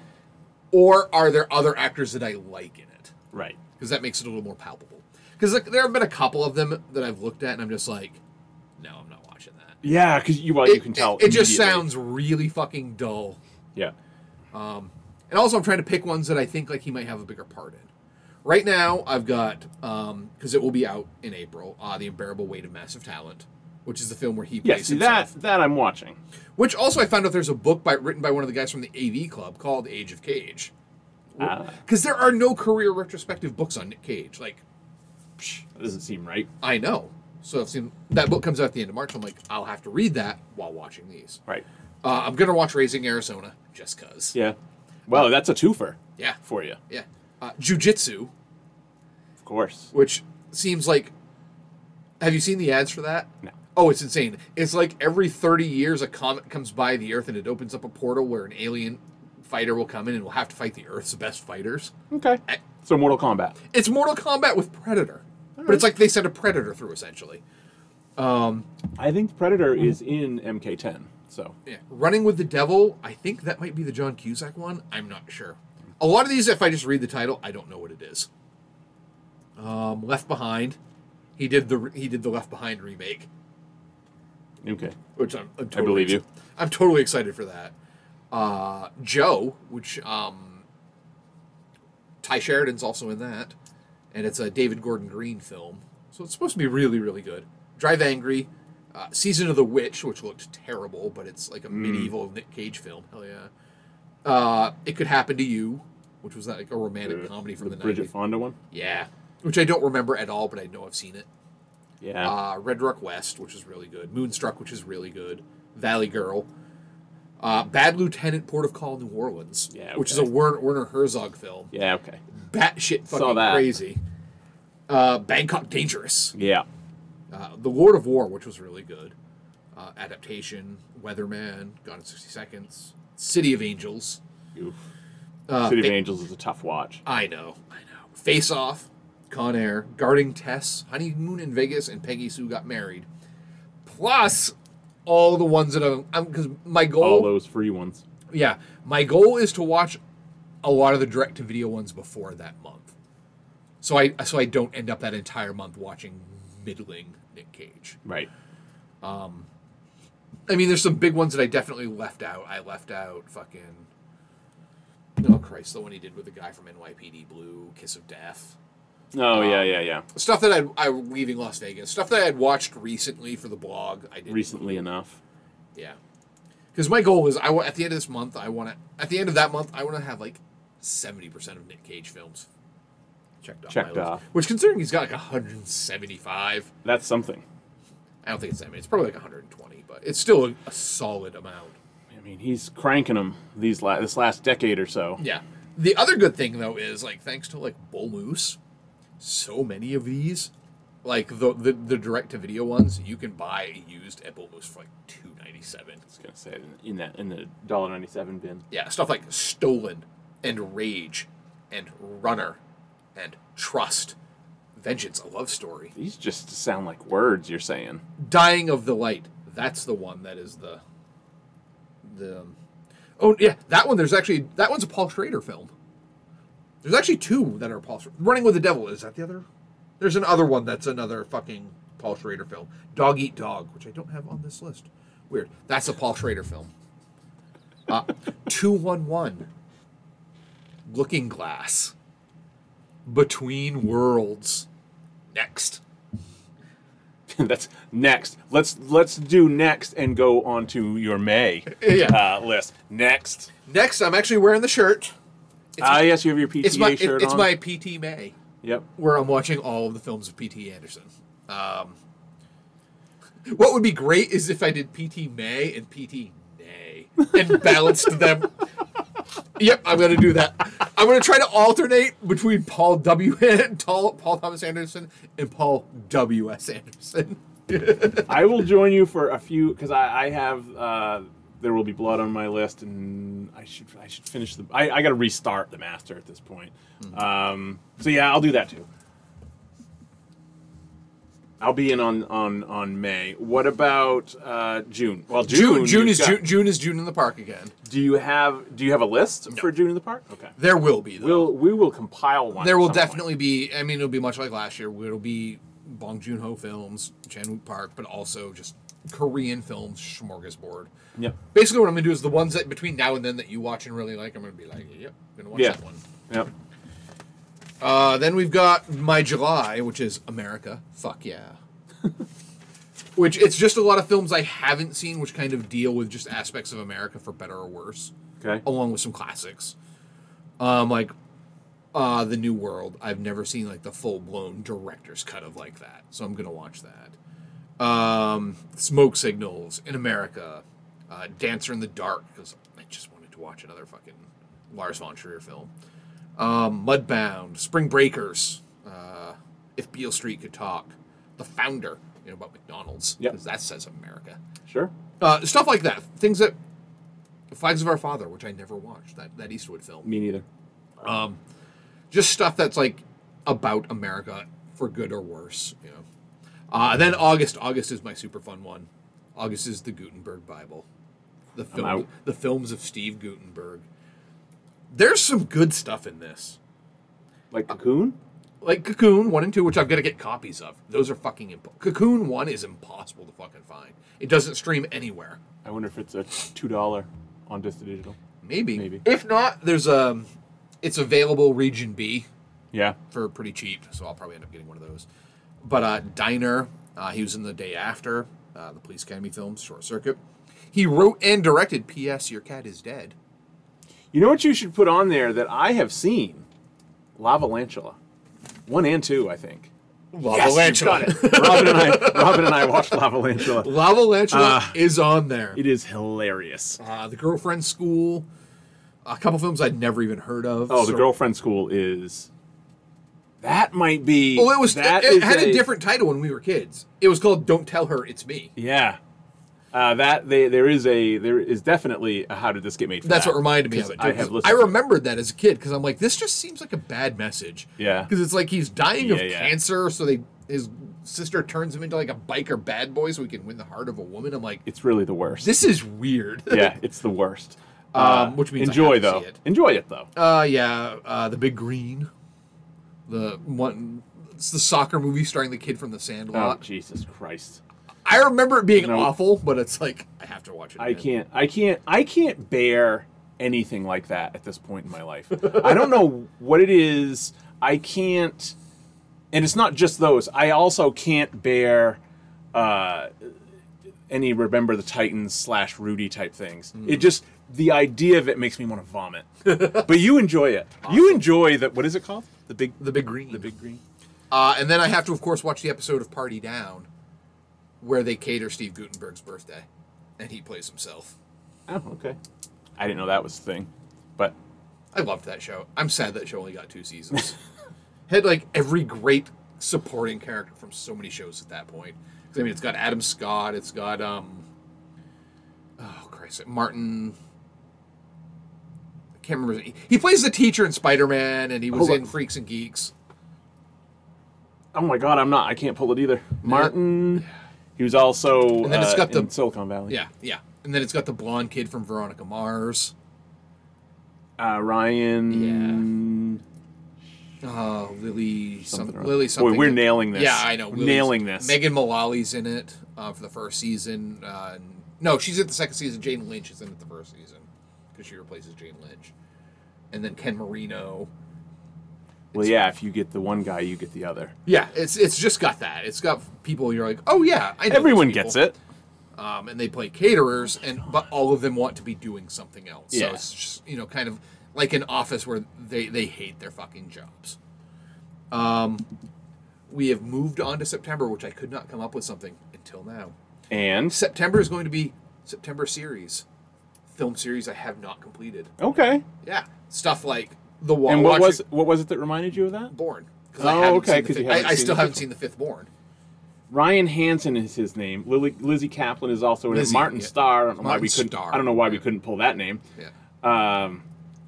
F: or are there other actors that I like in it?
E: Right.
F: Because that makes it a little more palpable. Because like, there have been a couple of them that I've looked at and I'm just like, no, I'm not watching that.
E: Yeah, because you well, you can tell.
F: It, it just
E: immediately.
F: sounds really fucking dull.
E: Yeah.
F: And also, I'm trying to pick ones that I think like he might have a bigger part in. Right now, I've got because it will be out in April. Uh, the unbearable weight of massive talent, which is the film where he
E: Yeah.
F: plays
E: See that
F: himself.
E: that I'm watching.
F: Which also, I found out there's a book by written by one of the guys from the AV Club called Age of Cage.
E: Ah,
F: Because there are no career retrospective books on Nick Cage. Like
E: psh, that doesn't seem right.
F: I know. So I've seen that book comes out at the end of March. I'm like, I'll have to read that while watching these.
E: Right.
F: Uh, I'm gonna watch Raising Arizona just cause.
E: Yeah. Well, that's a twofer
F: Yeah,
E: for you,
F: yeah. Uh, Jujitsu,
E: of course.
F: which seems like, have you seen the ads for that?
E: No.
F: Oh, it's insane. It's like every 30 years a comet comes by the Earth and it opens up a portal where an alien fighter will come in and will have to fight the Earth's best fighters.
E: Okay. So Mortal Kombat.
F: It's Mortal Kombat with Predator, but it's like they sent a Predator through essentially.
E: I think Predator
F: Mm-hmm.
E: is in MK10. So
F: Yeah. Running with the Devil, I think that might be the John Cusack one. I'm not sure. A lot of these, if I just read the title, I don't know what it is. Um, Left Behind, he did the he did the Left Behind remake,
E: okay.
F: which I'm, I'm totally
E: believe you.
F: I'm totally excited for that. Uh, Joe, which um, Ty Sheridan's also in that, and it's a David Gordon Green film, so it's supposed to be really really good. Drive Angry, uh, Season of the Witch, which looked terrible, but it's
E: Mm.
F: like a medieval Nick Cage film. Hell yeah! Uh, it could happen to you, which was like a romantic comedy from
E: the
F: the
E: Bridget
F: nineties.
E: Fonda one.
F: Yeah, which I don't remember at all, but I know I've seen it.
E: Yeah.
F: Uh, Red Rock West, which is really good. Moonstruck, which is really good. Valley Girl. Uh, Bad Lieutenant, Port of Call, New Orleans,
E: Yeah,
F: which is a
E: okay.
F: Werner, Werner Herzog film.
E: yeah. Okay.
F: Batshit
E: Saw
F: fucking
E: that.
F: crazy. Uh, Bangkok Dangerous.
E: Yeah.
F: Uh, the Lord of War, which was really good. Uh, adaptation. Weatherman. Gone in 60 Seconds. City of Angels.
E: Oof.
F: Uh,
E: City of
F: Fa-
E: Angels is a tough watch.
F: I know. I know. Face Off. Con Air. Guarding Tess. Honeymoon in Vegas. And Peggy Sue Got Married. Plus all the ones that I'm. Because my goal.
E: All those free ones.
F: Yeah, my goal is to watch a lot of the direct to video ones before that month, so I so I don't end up that entire month watching middling Nick Cage.
E: Right.
F: I mean, there's some big ones that I definitely left out. I left out fucking oh Christ, the one he did with the guy from NYPD Blue, Kiss of Death, Uh,
E: Oh yeah, yeah, yeah.
F: stuff that I I leaving Las Vegas, stuff that I had watched recently for the blog. I did
E: Recently enough.
F: Yeah. Because my goal is, I want at the end of this month, I want to at the end of that month, I want to have like seventy percent of Nick Cage films checked off.
E: Checked
F: my list.
E: off.
F: Which, considering he's got like one hundred and seventy-five,
E: That's something.
F: I don't think it's that many. It's probably like one hundred and twenty, but it's still a, a solid amount.
E: I mean, he's cranking them these la- this last decade or so.
F: Yeah. The other good thing though is like thanks to like Bull Moose, so many of these, like the the, the direct to video ones, you can buy used at Bull Moose for like two ninety-seven.
E: I was gonna say in that in the dollar ninety seven bin.
F: yeah, stuff like Stolen and Rage and Runner and Trust, Vengeance, a love story,
E: These just sound like words you're saying.
F: Dying of the Light. That's the one that is the the oh yeah that one. There's actually that one's a Paul Schrader film. There's actually two that are Paul. Schrader. Running with the Devil is that the other There's another one that's another fucking Paul Schrader film, Dog Eat Dog, which I don't have on this list. Weird. That's a Paul Schrader film. Uh, Two One One, Looking Glass, Between Worlds. Next.
E: That's next. Let's let's do next and go on to your May
F: Yeah.
E: uh, list. Next.
F: Next, I'm actually wearing the shirt.
E: Ah, yes, you have your PTA
F: It's my it-
E: shirt
F: it's
E: on.
F: my PT May,
E: Yep.
F: where I'm watching all of the films of PT Anderson. Um, what would be great is if I did PT May and PT Nay and balanced them. Yep, I'm gonna do that. I'm gonna try to alternate between Paul W. and Paul, Paul Thomas Anderson and Paul W. S. Anderson.
E: I will join you for a few because I, I have uh, there will be blood on my list, and I should I should finish the I, I got to restart the master at this point.
F: Hmm.
E: Um, so yeah, I'll do that too. I'll be in on on on May. What about uh, June? Well, June
F: June, June
E: you've
F: is
E: got-
F: June, June is June in the park again.
E: Do you have do you have a list for June in the park? Okay,
F: There will be though.
E: we'll we will compile one.
F: There
E: at
F: will
E: some
F: definitely be. I mean, it'll be much like last year. It'll be Bong Joon Ho films, Chan Wook Park, but also just Korean films smorgasbord.
E: Point. Yep.
F: Basically, what I'm gonna do is the ones that between now and then that you watch and really like, I'm gonna be like, yep, gonna watch
E: Yeah.
F: that one.
E: Yep.
F: Uh, then we've got my July, which is America. Fuck yeah. which it's just a lot of films I haven't seen, which kind of deal with just aspects of America for better or worse
E: Okay.
F: along with some classics. Um, like uh, The New World. I've never seen like the full blown director's cut of like that. So I'm gonna watch that. Um, Smoke Signals in America, uh, Dancer in the Dark, because I just wanted to watch another fucking Lars von Trier film. Um, Mudbound, Spring Breakers, uh, If Beale Street Could Talk, The Founder, you know, about McDonald's,
E: Yep.
F: because that says America
E: Sure.
F: uh, stuff like that. Things that Flags of Our Father, which I never watched, that that Eastwood film.
E: Me neither.
F: Just stuff that's like about America for good or worse. You know. Uh, then August. August is my super fun one. August is the Gutenberg Bible, the film,
E: out.
F: the films of Steve Gutenberg. There's some good stuff in this,
E: Like Cocoon.
F: like Cocoon one and two, which I've got to get copies of. Those are fucking imp- Cocoon one is impossible to fucking find. It doesn't stream anywhere.
E: I wonder if it's a two dollar on Vista Digital.
F: Maybe.
E: Maybe.
F: If not, there's a. It's available region B
E: Yeah.
F: for pretty cheap, so I'll probably end up getting one of those. But uh, Diner, uh, he was in the day after uh, the Police Academy films, Short Circuit. He wrote and directed "P.S. Your Cat Is Dead."
E: You know what you should put on there that I have seen? Lavalantula. One and two, I think.
F: Yes,
E: Robin and I Robin and I watched Lavalantula.
F: Lava
E: Uh.
F: Lantula is on there.
E: It is hilarious.
F: Uh, the Girlfriend School, a couple films I'd never even heard of.
E: Oh, the
F: so-
E: girlfriend school is that might be
F: Well, Oh, it was.
E: that
F: it
E: is
F: had a different title when we were kids. It was called "Don't Tell Her It's Me."
E: Yeah. Uh, that they, there is a there is definitely a how did this get made for
F: That's
E: that,
F: what reminded me of
E: 'cause
F: it.
E: I have
F: I
E: listened to it.
F: remembered that as a kid because I'm like, this just seems like a bad message.
E: Yeah.
F: Because it's like he's dying
E: Yeah,
F: of
E: yeah.
F: cancer, so they his sister turns him into like a biker bad boy so he can win the heart of a woman. I'm like,
E: It's really the worst.
F: this is weird.
E: yeah, it's the worst.
F: Um, which means I
E: enjoy
F: have to
E: though.
F: see it.
E: Enjoy it though.
F: Uh, yeah. Uh, the Big Green, the one. It's the soccer movie starring the kid from the
E: Oh
F: Sandlot.
E: Jesus Christ.
F: I remember it being
E: No.
F: awful, but it's like I have to watch it.
E: I
F: again.
E: can't. I can't. I can't bear anything like that at this point in my life. I don't know what it is. I can't. And it's not just those. I also can't bear uh, any Remember the Titans slash Rudy type things. It just the idea of it makes me want to vomit. but you enjoy it. You enjoy that. What is it called? The big.
F: The Big Green.
E: The big green.
F: Uh, and then I have to, of course, watch the episode of Party Down, where they cater Steve Gutenberg's birthday, and he plays himself.
E: Oh, okay. I didn't know that was a thing, but
F: I loved that show. I'm sad that show only got two seasons. Had like every great supporting character from so many shows at that point. 'Cause, I mean, it's got Adam Scott. It's got um, oh Christ, Martin. I can't remember. his- He plays the teacher in Spider Man, and he was
E: Oh,
F: in Freaks and Geeks.
E: Oh my god, I'm not. I can't pull it either. Martin. He was also
F: And then it's
E: uh,
F: got the-
E: in Silicon Valley.
F: Yeah, yeah. And then it's got the blonde kid from Veronica Mars.
E: Uh, Ryan.
F: Uh, Lily, something,
E: or other.
F: Lily
E: Boy,
F: something.
E: we're nailing this.
F: Yeah, I know.
E: We're
F: Lily's-
E: nailing this.
F: Megan Mullally's in it uh, for the first season. Uh, and- no, she's at the second season. Jane Lynch is in it the first season because she replaces Jane Lynch. And then Ken Marino.
E: Well, yeah, if you get the one guy, you get the other.
F: Yeah, it's it's just got that. It's got people you're like, oh yeah, I know these
E: Everyone
F: people."
E: gets it.
F: um, and they play caterers, and but all of them want to be doing something else.
E: Yeah.
F: So it's just you know kind of like an office where they they hate their fucking jobs. Um, we have moved on to September, which I could not come up with something until now.
E: And
F: September is going to be September series, film series I have not completed.
E: okay.
F: Yeah, stuff like the wall.
E: And what
F: Watcher-
E: was what was it that reminded you of that?
F: Born? 'cause
E: Oh,
F: haven't
E: okay,
F: seen the
E: 'cause you
F: fifth- I,
E: haven't
F: I
E: seen
F: still
E: the
F: haven't
E: fifth
F: seen the fifth born.
E: Ryan Hansen is his name. Lily, Lizzie Kaplan is also in
F: Lizzie,
E: it. Martin
F: yeah.
E: Starr. I don't know why
F: Martin
E: we couldn't.
F: Starr.
E: I don't know why we couldn't pull that name.
F: Yeah.
E: Um,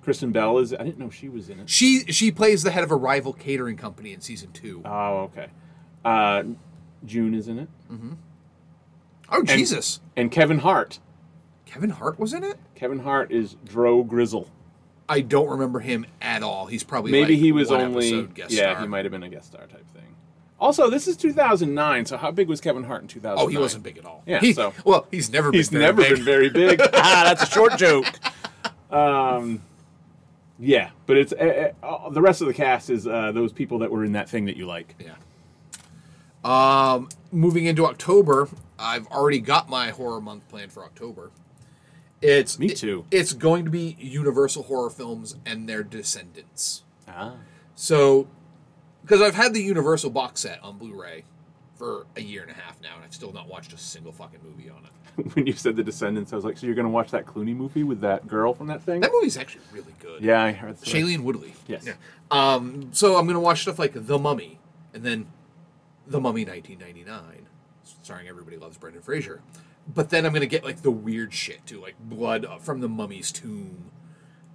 E: Kristen Bell is. I didn't know she was in it.
F: She she plays the head of a rival catering company in season two.
E: Oh, okay. Uh, June is in it,
F: oh Jesus!
E: and Kevin Hart.
F: Kevin Hart was in it?
E: Kevin Hart is Dro Grizzle.
F: I don't remember him at all. He's probably
E: Maybe
F: like,
E: he was
F: one
E: only.
F: episode guest
E: Yeah,
F: star.
E: he might have been a guest star type thing. Also, this is 2009. So how big was Kevin Hart in 2009?
F: Oh, he wasn't big at all.
E: Yeah,
F: He-
E: so-
F: well, he's never been.
E: He's
F: very
E: never
F: big.
E: been very big. ah, that's a short joke. Um, yeah, but it's uh, uh, the rest of the cast is uh, those people that were in that thing that you like.
F: Yeah. Um, moving into October, I've already got my horror month planned for October. It's
E: Me
F: it-
E: too.
F: it's going to be Universal horror films and their descendants.
E: Ah.
F: So, because I've had the Universal box set on Blu-ray for a year and a half now, and I've still not watched a single fucking movie on it.
E: When you said The Descendants, I was like, so you're going to watch that Clooney movie with that girl from that thing?
F: That movie's actually really good.
E: Yeah, I heard that.
F: Shailene Woodley.
E: Yes.
F: Yeah. Um, so I'm gonna watch stuff like The Mummy, and then The Mummy 1999, starring everybody loves Brendan Fraser. But then I'm gonna get like the weird shit too, like blood uh, from the mummy's tomb.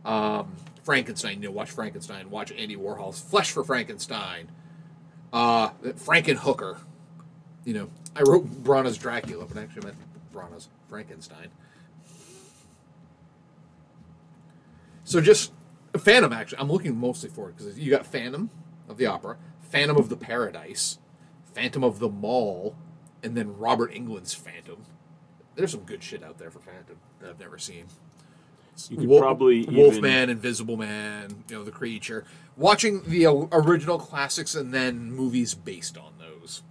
F: Um, Frankenstein. You know, watch Frankenstein. Watch Andy Warhol's Flesh for Frankenstein. Uh, Frankenhooker. You know, I wrote Brana's Dracula, but I actually meant Brana's Frankenstein. So just Phantom. Actually, I'm looking mostly for it because you got Phantom of the Opera, Phantom of the Paradise, Phantom of the Mall, and then Robert England's Phantom. There's some good shit out there for Phantom that I've never seen.
E: You could
F: Wol-
E: probably even-
F: Wolfman, Invisible Man, you know the creature. Watching the o- original classics and then movies based on those.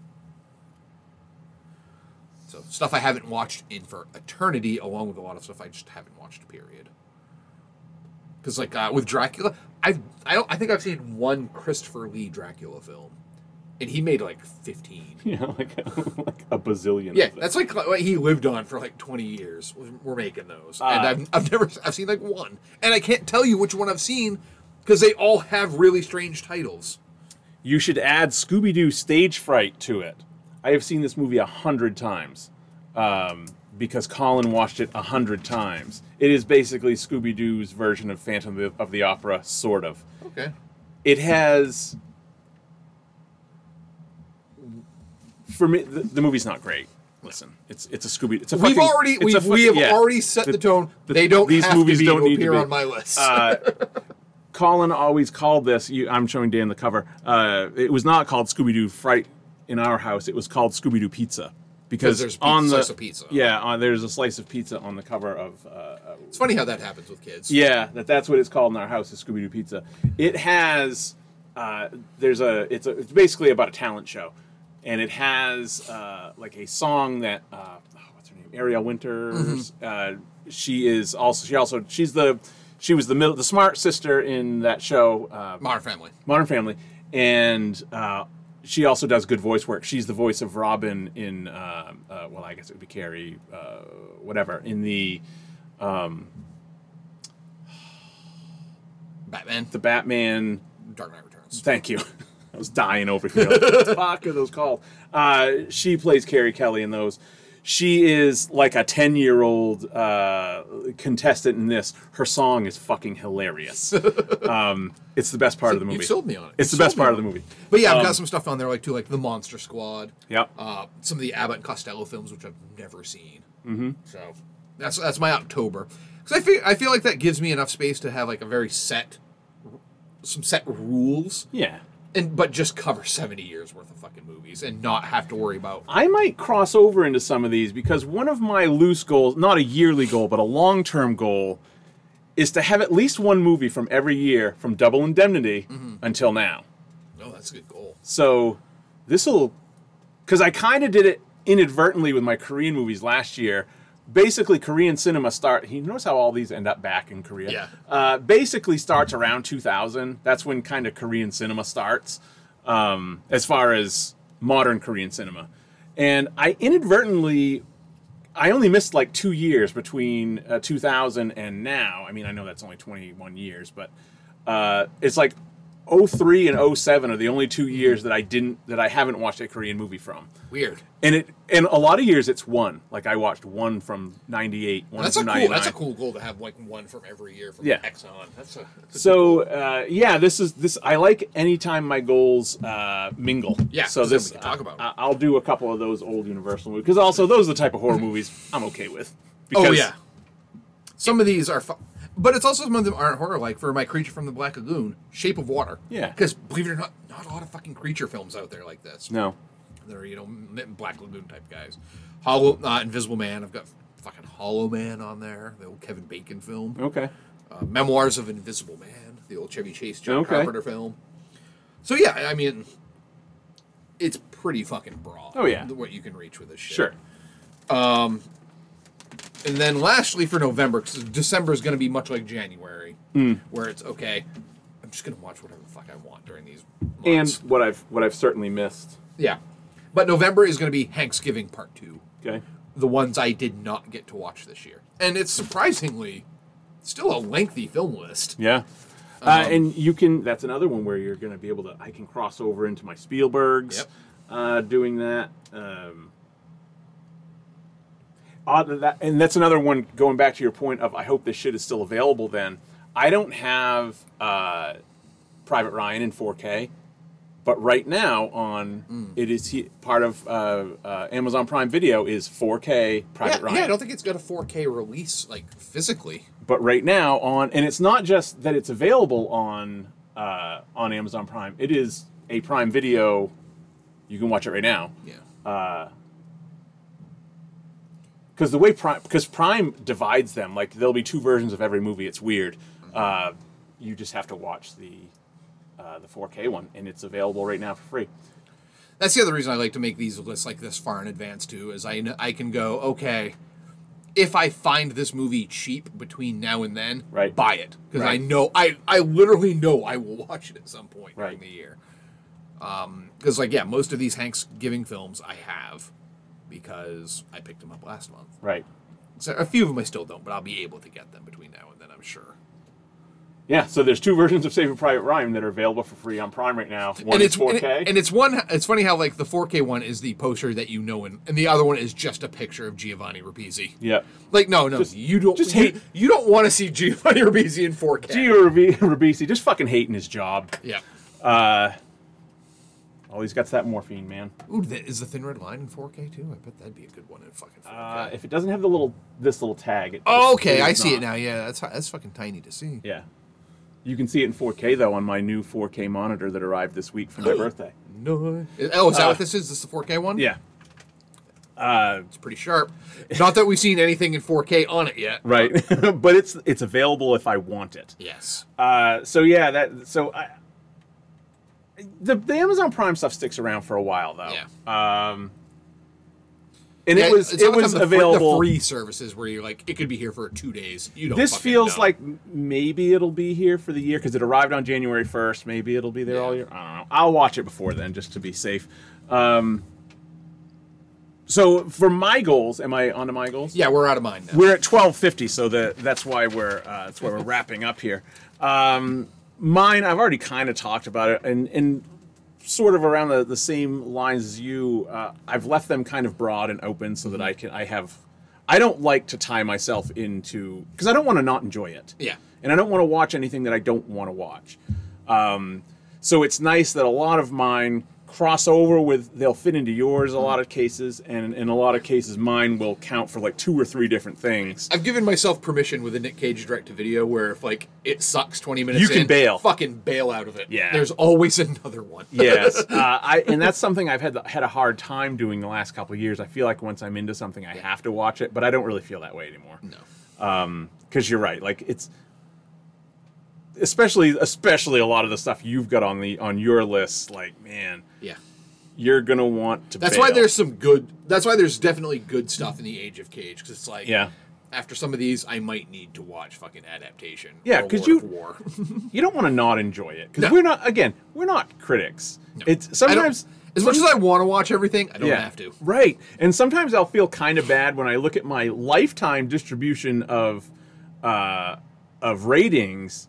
F: So stuff I haven't watched in for eternity, along with a lot of stuff I just haven't watched. Period. Because like uh, with Dracula, I've I don't I think I've seen one Christopher Lee Dracula film, and he made like fifteen.
E: You know, like, like a bazillion.
F: Yeah,
E: of them.
F: that's like what he lived on for like twenty years. was- We're making those, and
E: Ah.
F: I've, I've never I've seen like one, and I can't tell you which one I've seen because they all have really strange titles.
E: You should add Scooby Doo Stage Fright to it. I have seen this movie a hundred times um, because Colin watched it a hundred times. It is basically Scooby Doo's version of Phantom of the, of the Opera, sort of.
F: Okay,
E: It has. For me, the, the movie's not great. Listen, it's it's a Scooby. It's a
F: we've
E: fucking-
F: already
E: it's a
F: we've,
E: fucking-
F: we have
E: yeah.
F: already set the, tone.
E: the-
F: they don't
E: these
F: have
E: movies
F: to be
E: don't
F: to
E: need to
F: appear
E: be. uh,
F: on my list.
E: Colin always called this. You, I'm showing Dan the cover. Uh, it was not called Scooby Doo Fright in our house. It was called Scooby Doo Pizza because
F: there's a
E: on
F: piece-
E: the
F: slice of pizza.
E: yeah, on, there's a slice of pizza on the cover of. Uh, uh,
F: it's funny how that happens with kids.
E: yeah, that that's what it's called in our house is Scooby Doo Pizza. It has uh, there's a it's a it's basically about a talent show, and it has uh, like a song that uh, oh, what's her name Ariel Winters.
F: Mm-hmm.
E: Uh, she is also she also she's the she was the middle the smart sister in that show. Uh,
F: Modern Family.
E: Modern Family, and uh, she also does good voice work. She's the voice of Robin in, uh, uh, well, I guess it would be Carrie, uh, whatever, in the
F: Batman,
E: the Batman.
F: Dark Knight Returns.
E: Thank you. I was dying over here. Like, what the fuck are those called? Uh, she plays Carrie Kelly in those. She is like a ten-year-old uh, contestant in this. Her song is fucking hilarious. um, it's the best part of the movie.
F: You've sold me on it.
E: It's the
F: You've
E: best
F: sold me
E: part of
F: on
E: the
F: it.
E: movie.
F: But yeah, I've got some stuff on there like too, like the Monster Squad.
E: Um, Yep.
F: Uh, some of the Abbott and Costello films, which I've never seen. Mm-hmm. So that's that's my October because I feel I feel like that gives me enough space to have like a very set some set rules,
E: Yeah.
F: and but just cover seventy years worth of fucking movies and not have to worry about.
E: I might cross over into some of these because one of my loose goals, not a yearly goal, but a long term goal, is to have at least one movie from every year from Double Indemnity until now.
F: No, oh, that's a good goal.
E: So this will, because I kind of did it inadvertently with my Korean movies last year. Basically, Korean cinema start. You notice how all these end up back in Korea.
F: Yeah.
E: Uh, basically, starts around 2000. That's when kind of Korean cinema starts, um, as far as modern Korean cinema. And I inadvertently, I only missed like two years between uh, 2000 and now. I mean, I know that's only 21 years, but uh, it's like 03 and 07 are the only two years that I didn't that I haven't watched a Korean movie from.
F: Weird.
E: And it and a lot of years it's one. Like I watched one from 98, one
F: That's a
E: from
F: cool.
E: 99.
F: That's a cool goal to have like one from every year from
E: Yeah.
F: X on. That's a. That's a
E: So uh, yeah, this is this. I like anytime my goals uh, mingle.
F: Yeah,
E: So
F: 'cause then
E: this uh,
F: we can talk about 'em.
E: I, I'll do a couple of those old Universal movies because also those are the type of horror movies I'm okay with. Because
F: oh yeah. Some of these are, fu- but it's also some of them aren't horror. Like for my creature from the Black Lagoon, Shape of Water.
E: Yeah.
F: Because believe it or not, not a lot of fucking creature films out there like this.
E: No.
F: That are you know m- Black Lagoon type guys. Hollow uh, Invisible Man. I've got fucking Hollow Man on there. The old Kevin Bacon film.
E: Okay.
F: Uh, Memoirs of Invisible Man. The old Chevy Chase John
E: Okay.
F: Carpenter film. So yeah, I mean, it's pretty fucking broad.
E: Oh, yeah.
F: What you can reach with this shit.
E: Sure.
F: And then lastly for November, because December is going to be much like January,
E: Hmm.
F: where it's okay. I'm just going to watch whatever the fuck I want during these
E: And
F: months.
E: what I've what I've certainly missed.
F: yeah, but November is going to be Thanksgiving Part Two,
E: Okay.
F: the ones I did not get to watch this year, and it's surprisingly still a lengthy film list.
E: Yeah. Uh, and you can, that's another one where you're going to be able to, I can cross over into my Spielbergs
F: Yep.
E: uh, doing that. Um, odd that- that. And that's another one, going back to your point of, I hope this shit is still available then. I don't have uh, Private Ryan in 4K, but right now on, it is he- part of uh, uh, Amazon Prime Video is 4K Private
F: Yeah,
E: Ryan
F: yeah, I don't think it's got a 4K release like physically.
E: but right now on and it's not just that it's available on uh, on Amazon Prime. It is a Prime Video. You can watch it right now
F: Yeah,
E: because the way Prime because Prime divides them like there'll be two versions of every movie. It's weird. Uh, you just have to watch the uh, the 4K one, and it's available right now for free.
F: that's the other reason I like to make these lists like this far in advance too, is I kn- I can go okay. If I find this movie cheap between now and then,
E: Right.
F: buy it because I
E: Right.
F: know I I literally know I will watch it at some point
E: Right.
F: during the year. Because like yeah, most of these Thanksgiving films I have because I picked them up last month.
E: Right.
F: So a few of them I still don't, but I'll be able to get them between now and then. I'm sure.
E: Yeah. So there's two versions of Saving Private Ryan that are available for free on Prime right now. One
F: and
E: is
F: it's
E: 4K.
F: and, it- and it's one. It's funny how like the 4K one is the poster that you know, and, and the other one is just a picture of Giovanni Ribisi.
E: yeah.
F: Like no, no,
E: Just-
F: you don't.
E: just
F: you,
E: hate-
F: You don't want to see Giovanni Ribisi in 4K.
E: Gio Rabi- Ribisi just fucking hating his job.
F: yeah.
E: Oh, he's got that morphine, man.
F: Ooh, th- is the Thin Red Line in 4K too? I bet that'd be a good one in fucking 4K.
E: Uh, if it doesn't have the little this little tag, it
F: oh,
E: just-
F: okay,
E: is
F: I see it
E: not.
F: now. Yeah, that's that's fucking tiny to see.
E: Yeah, you can see it in 4K though on my new 4K monitor that arrived this week for my birthday.
F: No. Oh, is that what this is? This is the 4K one?
E: Uh, Yeah,
F: it's pretty sharp. Not that we've seen anything in 4K on it yet.
E: right. but it's it's available if I want it.
F: Yes.
E: Uh, so yeah, that so I, the the Amazon Prime stuff sticks around for a while though.
F: Yeah.
E: Um, and
F: Yeah,
E: it was
F: it's
E: it
F: not like
E: was
F: the fr-
E: available.
F: The free services where you're like, it could be here for two days. You don't.
E: this
F: fucking
E: feels
F: know.
E: like m- maybe it'll be here for the year because it arrived on January 1st. Maybe it'll be there all
F: Yeah.
E: year. I don't know. I'll watch it before then just to be safe. Um, so for my goals, am I onto my goals?
F: Yeah, we're out of mine now.
E: We're at 1250, so the, that's why we're uh, that's why we're wrapping up here. Um, mine, I've already kind of talked about it, and and sort of around the, the same lines as you. Uh, I've left them kind of broad and open so that I can I have. I don't like to tie myself into because I don't want to not enjoy it
F: yeah.
E: and I don't want to watch anything that I don't want to watch. Um, so it's nice that a lot of mine cross over with they'll fit into yours a lot of cases, and in a lot of cases mine will count for like two or three different things.
F: I've given myself permission with a Nick Cage direct to video where if like it sucks twenty minutes,
E: You can
F: in,
E: bail.
F: fucking bail out of it.
E: Yeah.
F: there's always another one.
E: yes, uh, I, and that's something I've had the, had a hard time doing the last couple of years. I feel like once I'm into something, I have to watch it, but I don't really feel that way anymore. No, because you're right. Like it's especially especially a lot of the stuff you've got on the on your list. Like man,
F: yeah.
E: you're gonna want to.
F: That's
E: bail.
F: why there's some good. That's why there's definitely good stuff in the Age of Cage because it's like
E: yeah.
F: After some of these, I might need to watch fucking adaptation.
E: Yeah,
F: or
E: 'cause
F: Lord
E: you-
F: of War.
E: You don't want to not enjoy it because
F: No.
E: we're not again we're not critics. It's
F: I don't-
E: sometimes
F: as much as I want to watch everything, I don't have to.
E: Right. And sometimes I'll feel kind of bad when I look at my lifetime distribution of uh, of ratings.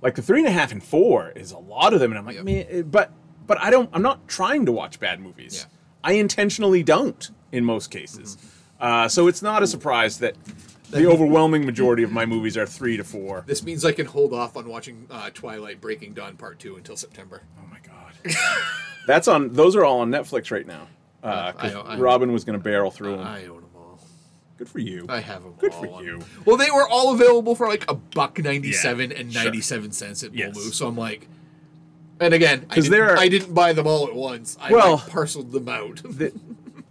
E: Like the three and a half and four is a lot of them, and I'm like,
F: Yep.
E: man, eh, but but I don't. I'm not trying to watch bad movies.
F: Yeah. Mm-hmm.
E: I intentionally don't in most cases. Uh, so it's not a surprise that the overwhelming majority of my movies are three to four.
F: This means I can hold off on watching uh, Twilight Breaking Dawn Part Two until September.
E: Oh my god, that's on. Those are all on Netflix right now. Uh,
F: I-
E: 'cause
F: I-
E: Robin was going to barrel through them.
F: I own them all.
E: Good for you.
F: I have them
E: Good
F: all.
E: for
F: on-
E: you.
F: Well, they were all available for like a buck ninety-seven
E: Yeah,
F: and
E: sure.
F: ninety-seven cents at
E: Yes.
F: Bulmu. So I'm like, and again, I
E: 'Cause
F: didn't,
E: there are-
F: I didn't buy them all at once. I
E: Well-
F: like, parceled them out.
E: that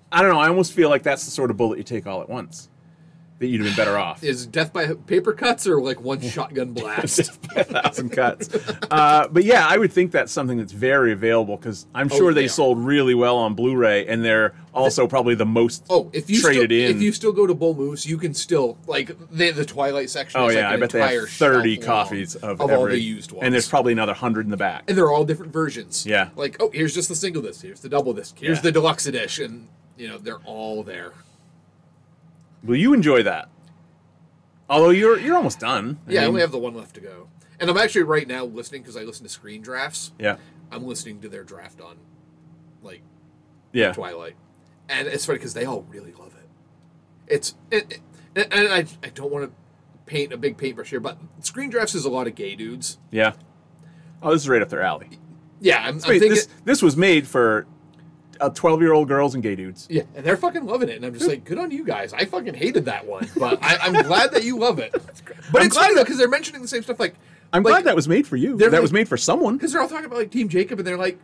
E: I don't know. I almost feel like that's the sort of bullet you take all at once. That you'd have been better off.
F: Is death by paper cuts or like one shotgun blast?
E: Thousand cuts. Uh, but yeah, I would think that's something that's very available because I'm sure they
F: they are.
E: sold really well on Blu-ray, and they're also probably the most
F: Oh, if you
E: traded
F: still,
E: in.
F: if you still go to Bull Moose, you can still like the, the Twilight section.
E: oh
F: is,
E: yeah,
F: like,
E: I
F: an
E: bet they have
F: entire
E: 30
F: shelf long
E: copies of,
F: of
E: every
F: all the used ones,
E: and there's probably another hundred in the back.
F: and they're all different versions.
E: Yeah.
F: like oh, here's just the single disc. Here's the double disc. Here's
E: Yeah.
F: the deluxe edition. You know, they're all there.
E: Will you enjoy that? Although you're you're almost done.
F: Yeah, I,
E: mean,
F: only have the one left to go, and I'm actually right now listening because I listen to screen drafts.
E: yeah,
F: I'm listening to their draft on, like
E: yeah.
F: Twilight, and it's funny because they all really love it. It's it, it- and I I don't want to paint a big paintbrush here, but screen drafts is a lot of gay dudes.
E: Yeah. Oh, this is right up their alley.
F: Yeah, I'm, I'm
E: Wait,
F: thinking.
E: this this was made for twelve year old girls and gay dudes.
F: yeah, and they're fucking loving it, and I'm just like, good on you guys. I fucking hated that one, but I, I'm glad that you love it. But it's funny though because they're mentioning the same stuff. Like,
E: I'm
F: like,
E: glad that was made for you.
F: they're
E: That
F: like-
E: was made for someone.
F: because they're all talking about like Team Jacob, and they're like,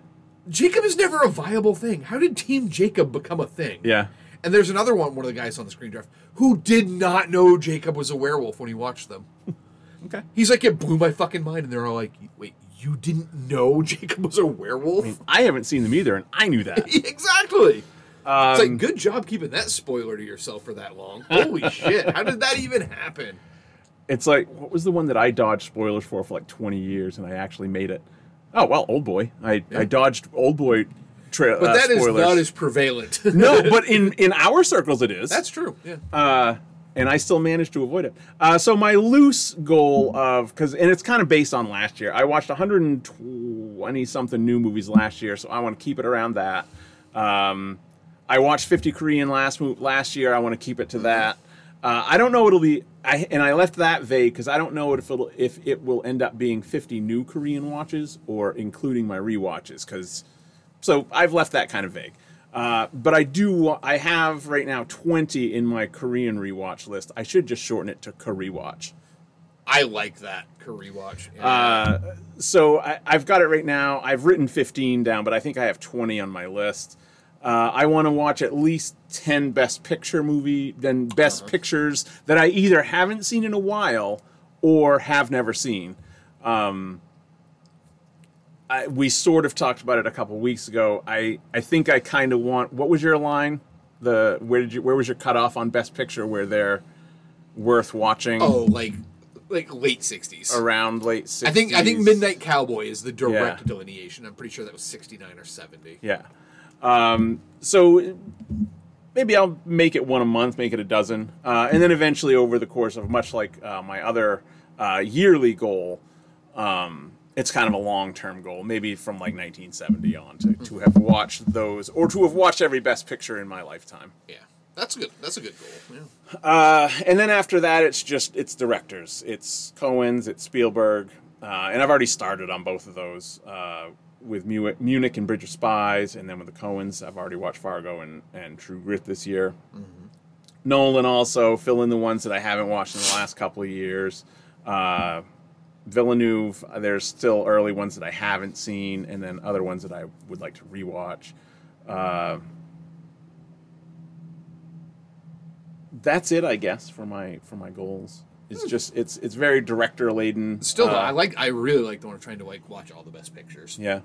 F: Jacob is never a viable thing. How did Team Jacob become a thing?
E: Yeah.
F: And there's another one, one of the guys on the screen draft, who did not know Jacob was a werewolf when he watched them.
E: Okay.
F: He's like, it blew my fucking mind, and they're all like, wait, you didn't know Jacob was a werewolf?
E: I haven't seen them either, and I knew that.
F: exactly. it's
E: Um,
F: like, good job keeping that spoiler to yourself for that long. Holy shit, how did that even happen?
E: It's like, what was the one that I dodged spoilers for for like 20 years, and I actually made it? Oh well, Old Boy. I, I dodged Old Boy. Tra-
F: But
E: uh,
F: that is
E: spoilers.
F: not as prevalent.
E: no, but in in our circles it is.
F: That's true. Yeah.
E: uh, and I still managed to avoid it. Uh, so my loose goal of because and it's kind of based on last year. I watched 120 something new movies last year, so I want to keep it around that. Um, I watched 50 Korean last mo- last year. I want to keep it to that. Uh, I don't know it'll be. I, and I left that vague because I don't know if it'll, if it will end up being 50 new Korean watches or including my rewatches because so I've left that kind of vague. Uh, but I do. I have right now twenty in my Korean rewatch list. I should just shorten it to Korea watch.
F: I like that. Curry watch. Yeah.
E: So I, I've got it right now. I've written fifteen down, but I think I have twenty on my list. Uh, I want to watch at least ten Best Picture movie, then
F: Uh-huh.
E: Best Pictures that I either haven't seen in a while or have never seen. Um, I, we sort of talked about it a couple weeks ago. I, I think I kind of want. What was your line? The where did you where was your cutoff on Best Picture where they're worth watching
F: oh, like like late 60s.
E: around late? 60s?
F: I think I think Midnight Cowboy is the direct
E: Yeah.
F: delineation. I'm pretty sure that was 69 or 70.
E: Yeah. Um, so maybe I'll make it one a month, make it a dozen, uh, and then eventually over the course of much like uh, my other uh, yearly goal, um, it's kind of a long term goal, maybe from like 1970 on to, to have watched those or to have watched every Best Picture in my lifetime.
F: Yeah, that's good. That's a good goal. Yeah.
E: Uh, and then after that, it's just it's directors. It's Cohen's. It's Spielberg. Uh, and I've already started on both of those. Uh, with Mu- Munich and Bridge of Spies, and then with the Coens, I've already watched Fargo and, and True Grit this year. Nolan also fill in the ones that I haven't watched in the last couple of years. Uh, Villeneuve, there's still early ones that I haven't seen, and then other ones that I would like to rewatch. Uh, that's it, I guess, for my for my goals. It's just it's it's very director laden.
F: Still, though,
E: uh,
F: I like. I really like the one I'm trying to like watch all the best pictures.
E: yeah.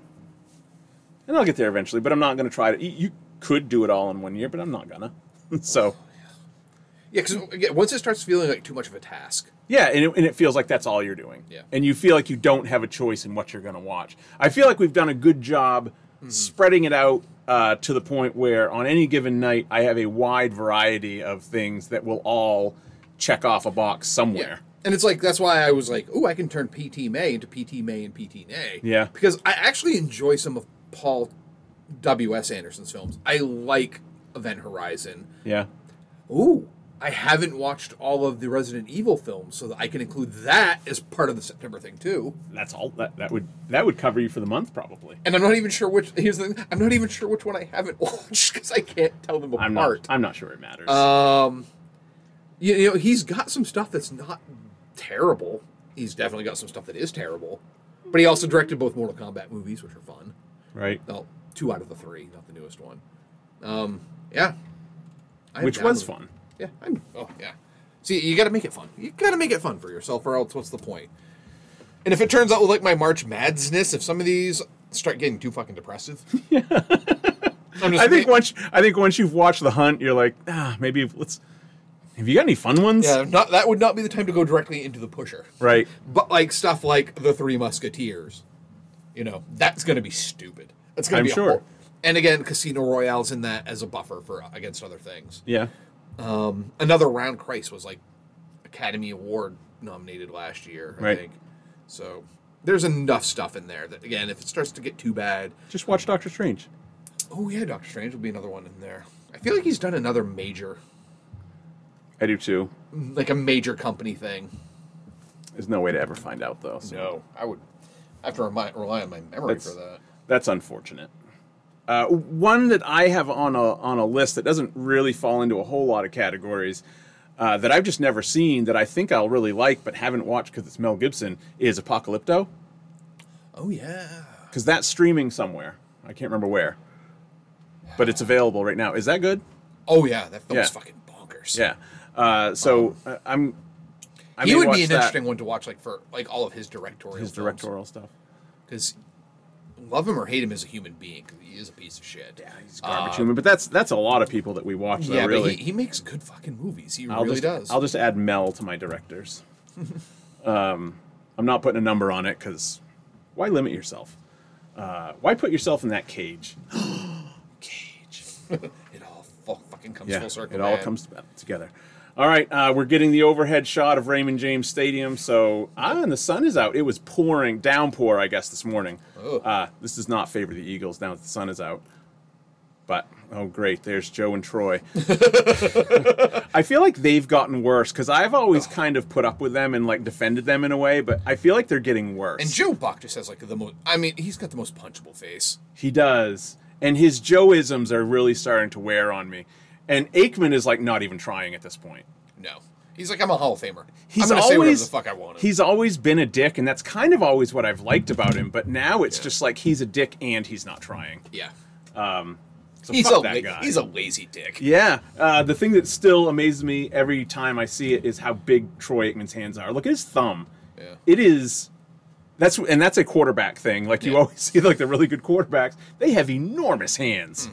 E: And I'll get there eventually, but I'm not going to try to. You you could do it all in one year, but I'm not gonna. so
F: Yeah, because once it starts feeling like too much of a task,
E: yeah, and it, and it feels like that's all you're doing.
F: Yeah.
E: And you feel like you don't have a choice in what you're going to watch. I feel like we've done a good job
F: Hmm.
E: spreading it out uh, to the point where on any given night I have a wide variety of things that will all check off a box somewhere.
F: And it's like that's why I was like, "Ooh, I can turn PT May into PT May and PT Nay."
E: Yeah.
F: because I actually enjoy some of Paul W. S. Anderson's films. I like Event Horizon.
E: Yeah.
F: Ooh, I haven't watched all of the Resident Evil films, so that I can include that as part of the September thing too.
E: That's all that, that would that would cover you for the month probably.
F: And I'm not even sure which. Here's the thing: I'm not even sure which one I haven't watched because I can't tell them apart.
E: I'm not I'm not sure it matters.
F: Um, you, you know, he's got some stuff that's not terrible. He's definitely got some stuff that is terrible. But he also directed both Mortal Kombat movies, which are fun.
E: right.
F: Well, two out of the three, not the newest one. Um, yeah. I'm
E: Which
F: down
E: was
F: with-
E: fun.
F: Yeah. I'm, oh, yeah. See, you got to make it fun. You got to make it fun for yourself, or else what's the point? And if it turns out with like my March Madness, if some of these start getting too fucking depressive, I'm just
E: I think
F: ma-
E: once I think once you've watched The Hunt, you're like, ah, maybe let's have you got any fun ones?
F: yeah, not, that would not be the time to go directly into the pusher.
E: Right.
F: but like stuff like the Three Musketeers, you know, that's going to be stupid. That's going
E: I'm
F: to be a
E: sure.
F: whole- And again, Casino Royale's in that as a buffer for against other things.
E: Yeah.
F: Another round Christ was like Academy Award nominated last year, I
E: Right.
F: think. So there's enough stuff in there that again, if it starts to get too bad,
E: Just watch Doctor Strange.
F: oh yeah, Doctor Strange will be another one in there. I feel like he's done another major,
E: I do too.
F: like a major company thing.
E: There's no way to ever find out though. So
F: No, I would I have to remi- rely on my memory
E: That's-
F: for that.
E: That's unfortunate. Uh, one that I have on a on a list that doesn't really fall into a whole lot of categories uh, that I've just never seen that I think I'll really like but haven't watched because it's Mel Gibson is Apocalypto
F: Oh yeah.
E: because that's streaming somewhere. I can't remember where, but it's available right now. Is that good?
F: Oh yeah, that film's
E: Yeah.
F: fucking bonkers.
E: Yeah. Uh, so uh, I'm. I
F: Um, he
E: may
F: would
E: watch
F: be an
E: that,
F: interesting one to watch, like for like all of his directorial.
E: His directorial stuff.
F: because love him or hate him as a human being, he is a piece of shit. Yeah,
E: He's garbage human, but that's that's a lot of people that we watch. Though,
F: yeah,
E: really.
F: but he, he makes good fucking movies. He
E: I'll
F: really
E: just,
F: does.
E: I'll just add Mel to my directors. um, I'm not putting a number on it because why limit yourself? Uh, why put yourself in that cage? cage.
F: it all fu- fucking comes
E: Yeah,
F: full circle.
E: it all
F: man.
E: comes together. All right, uh, we're getting the overhead shot of Raymond James Stadium. So, ah, and the sun is out. It was pouring, downpour, I guess, this morning. Uh, this does not favor the Eagles now that the sun is out. But, oh, great, there's Joe and Troy. I feel like they've gotten worse because I've always
F: Oh.
E: kind of put up with them and like defended them in a way, but I feel like they're getting worse.
F: And Joe Buck just has like the most. I mean, he's got the most punchable face.
E: He does. And his Joeisms are really starting to wear on me. And Aikman is like not even trying at this point.
F: No, he's like I'm a Hall of Famer.
E: he's
F: I'm gonna
E: always
F: say whatever the fuck I want.
E: He's always been a dick, and that's kind of always what I've liked about him. But now it's just like he's a dick and he's not trying.
F: yeah.
E: So
F: He's
E: fuck
F: a
E: that
F: la-
E: guy.
F: he's a lazy dick.
E: yeah. Uh, the thing that still amazes me every time I see it is how big Troy Aikman's hands are. Look at his thumb.
F: Yeah.
E: It is. That's and that's a quarterback thing. Like you
F: Yeah.
E: always see, like the really good quarterbacks, they have enormous hands.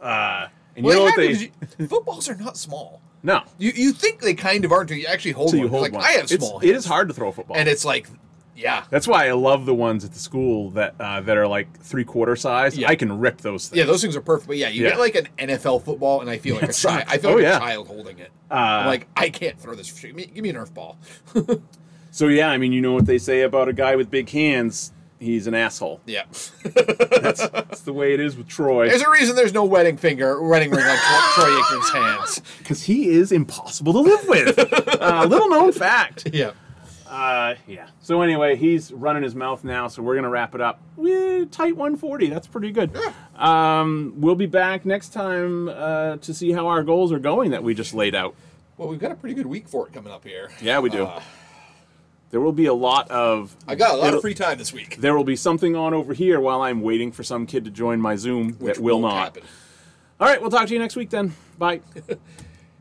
E: Uh, and you
F: Hmm. Well,
E: know
F: they
E: what they?
F: have to, 'cause you- footballs are not small.
E: no.
F: You you think they kind of are until you actually hold
E: So
F: them.
E: you hold
F: like
E: one.
F: I have
E: It's-
F: small.
E: It is
F: hands.
E: hard to throw a football.
F: and it's like, yeah,
E: That's why I love the ones at the school that uh, that are like three quarter size.
F: Yeah.
E: I can rip those things.
F: yeah, those things are perfect. But yeah, you
E: Yeah.
F: get like an NFL football, and I feel like a
E: That
F: child.
E: sucks.
F: I feel
E: Oh,
F: like
E: yeah. Uh,
F: a child holding it. I'm like I can't throw this. for shit. Give me, give me a Nerf ball.
E: so yeah, I mean, you know what they say about a guy with big hands? He's an asshole.
F: Yeah,
E: That's, that's the way it is with Troy.
F: there's a reason there's no wedding finger, wedding ring on Troy, Troy Aikman's hands.
E: Because he is impossible to live with. uh, little known fact.
F: Yeah,
E: Uh, yeah. So anyway, he's running his mouth now, so we're gonna wrap it up. we tight 140. That's pretty good. Um, we'll be back next time uh, to see how our goals are going that we just laid out.
F: Well, we've got a pretty good week for it coming up here.
E: Yeah, we do.
F: Uh,
E: there will be a lot of.
F: I got a lot
E: it'll-
F: of free time this week.
E: There will be something on over here while I'm waiting for some kid to join my Zoom
F: which
E: that will
F: won't
E: not.
F: happen.
E: All right, we'll talk to you next week then. Bye.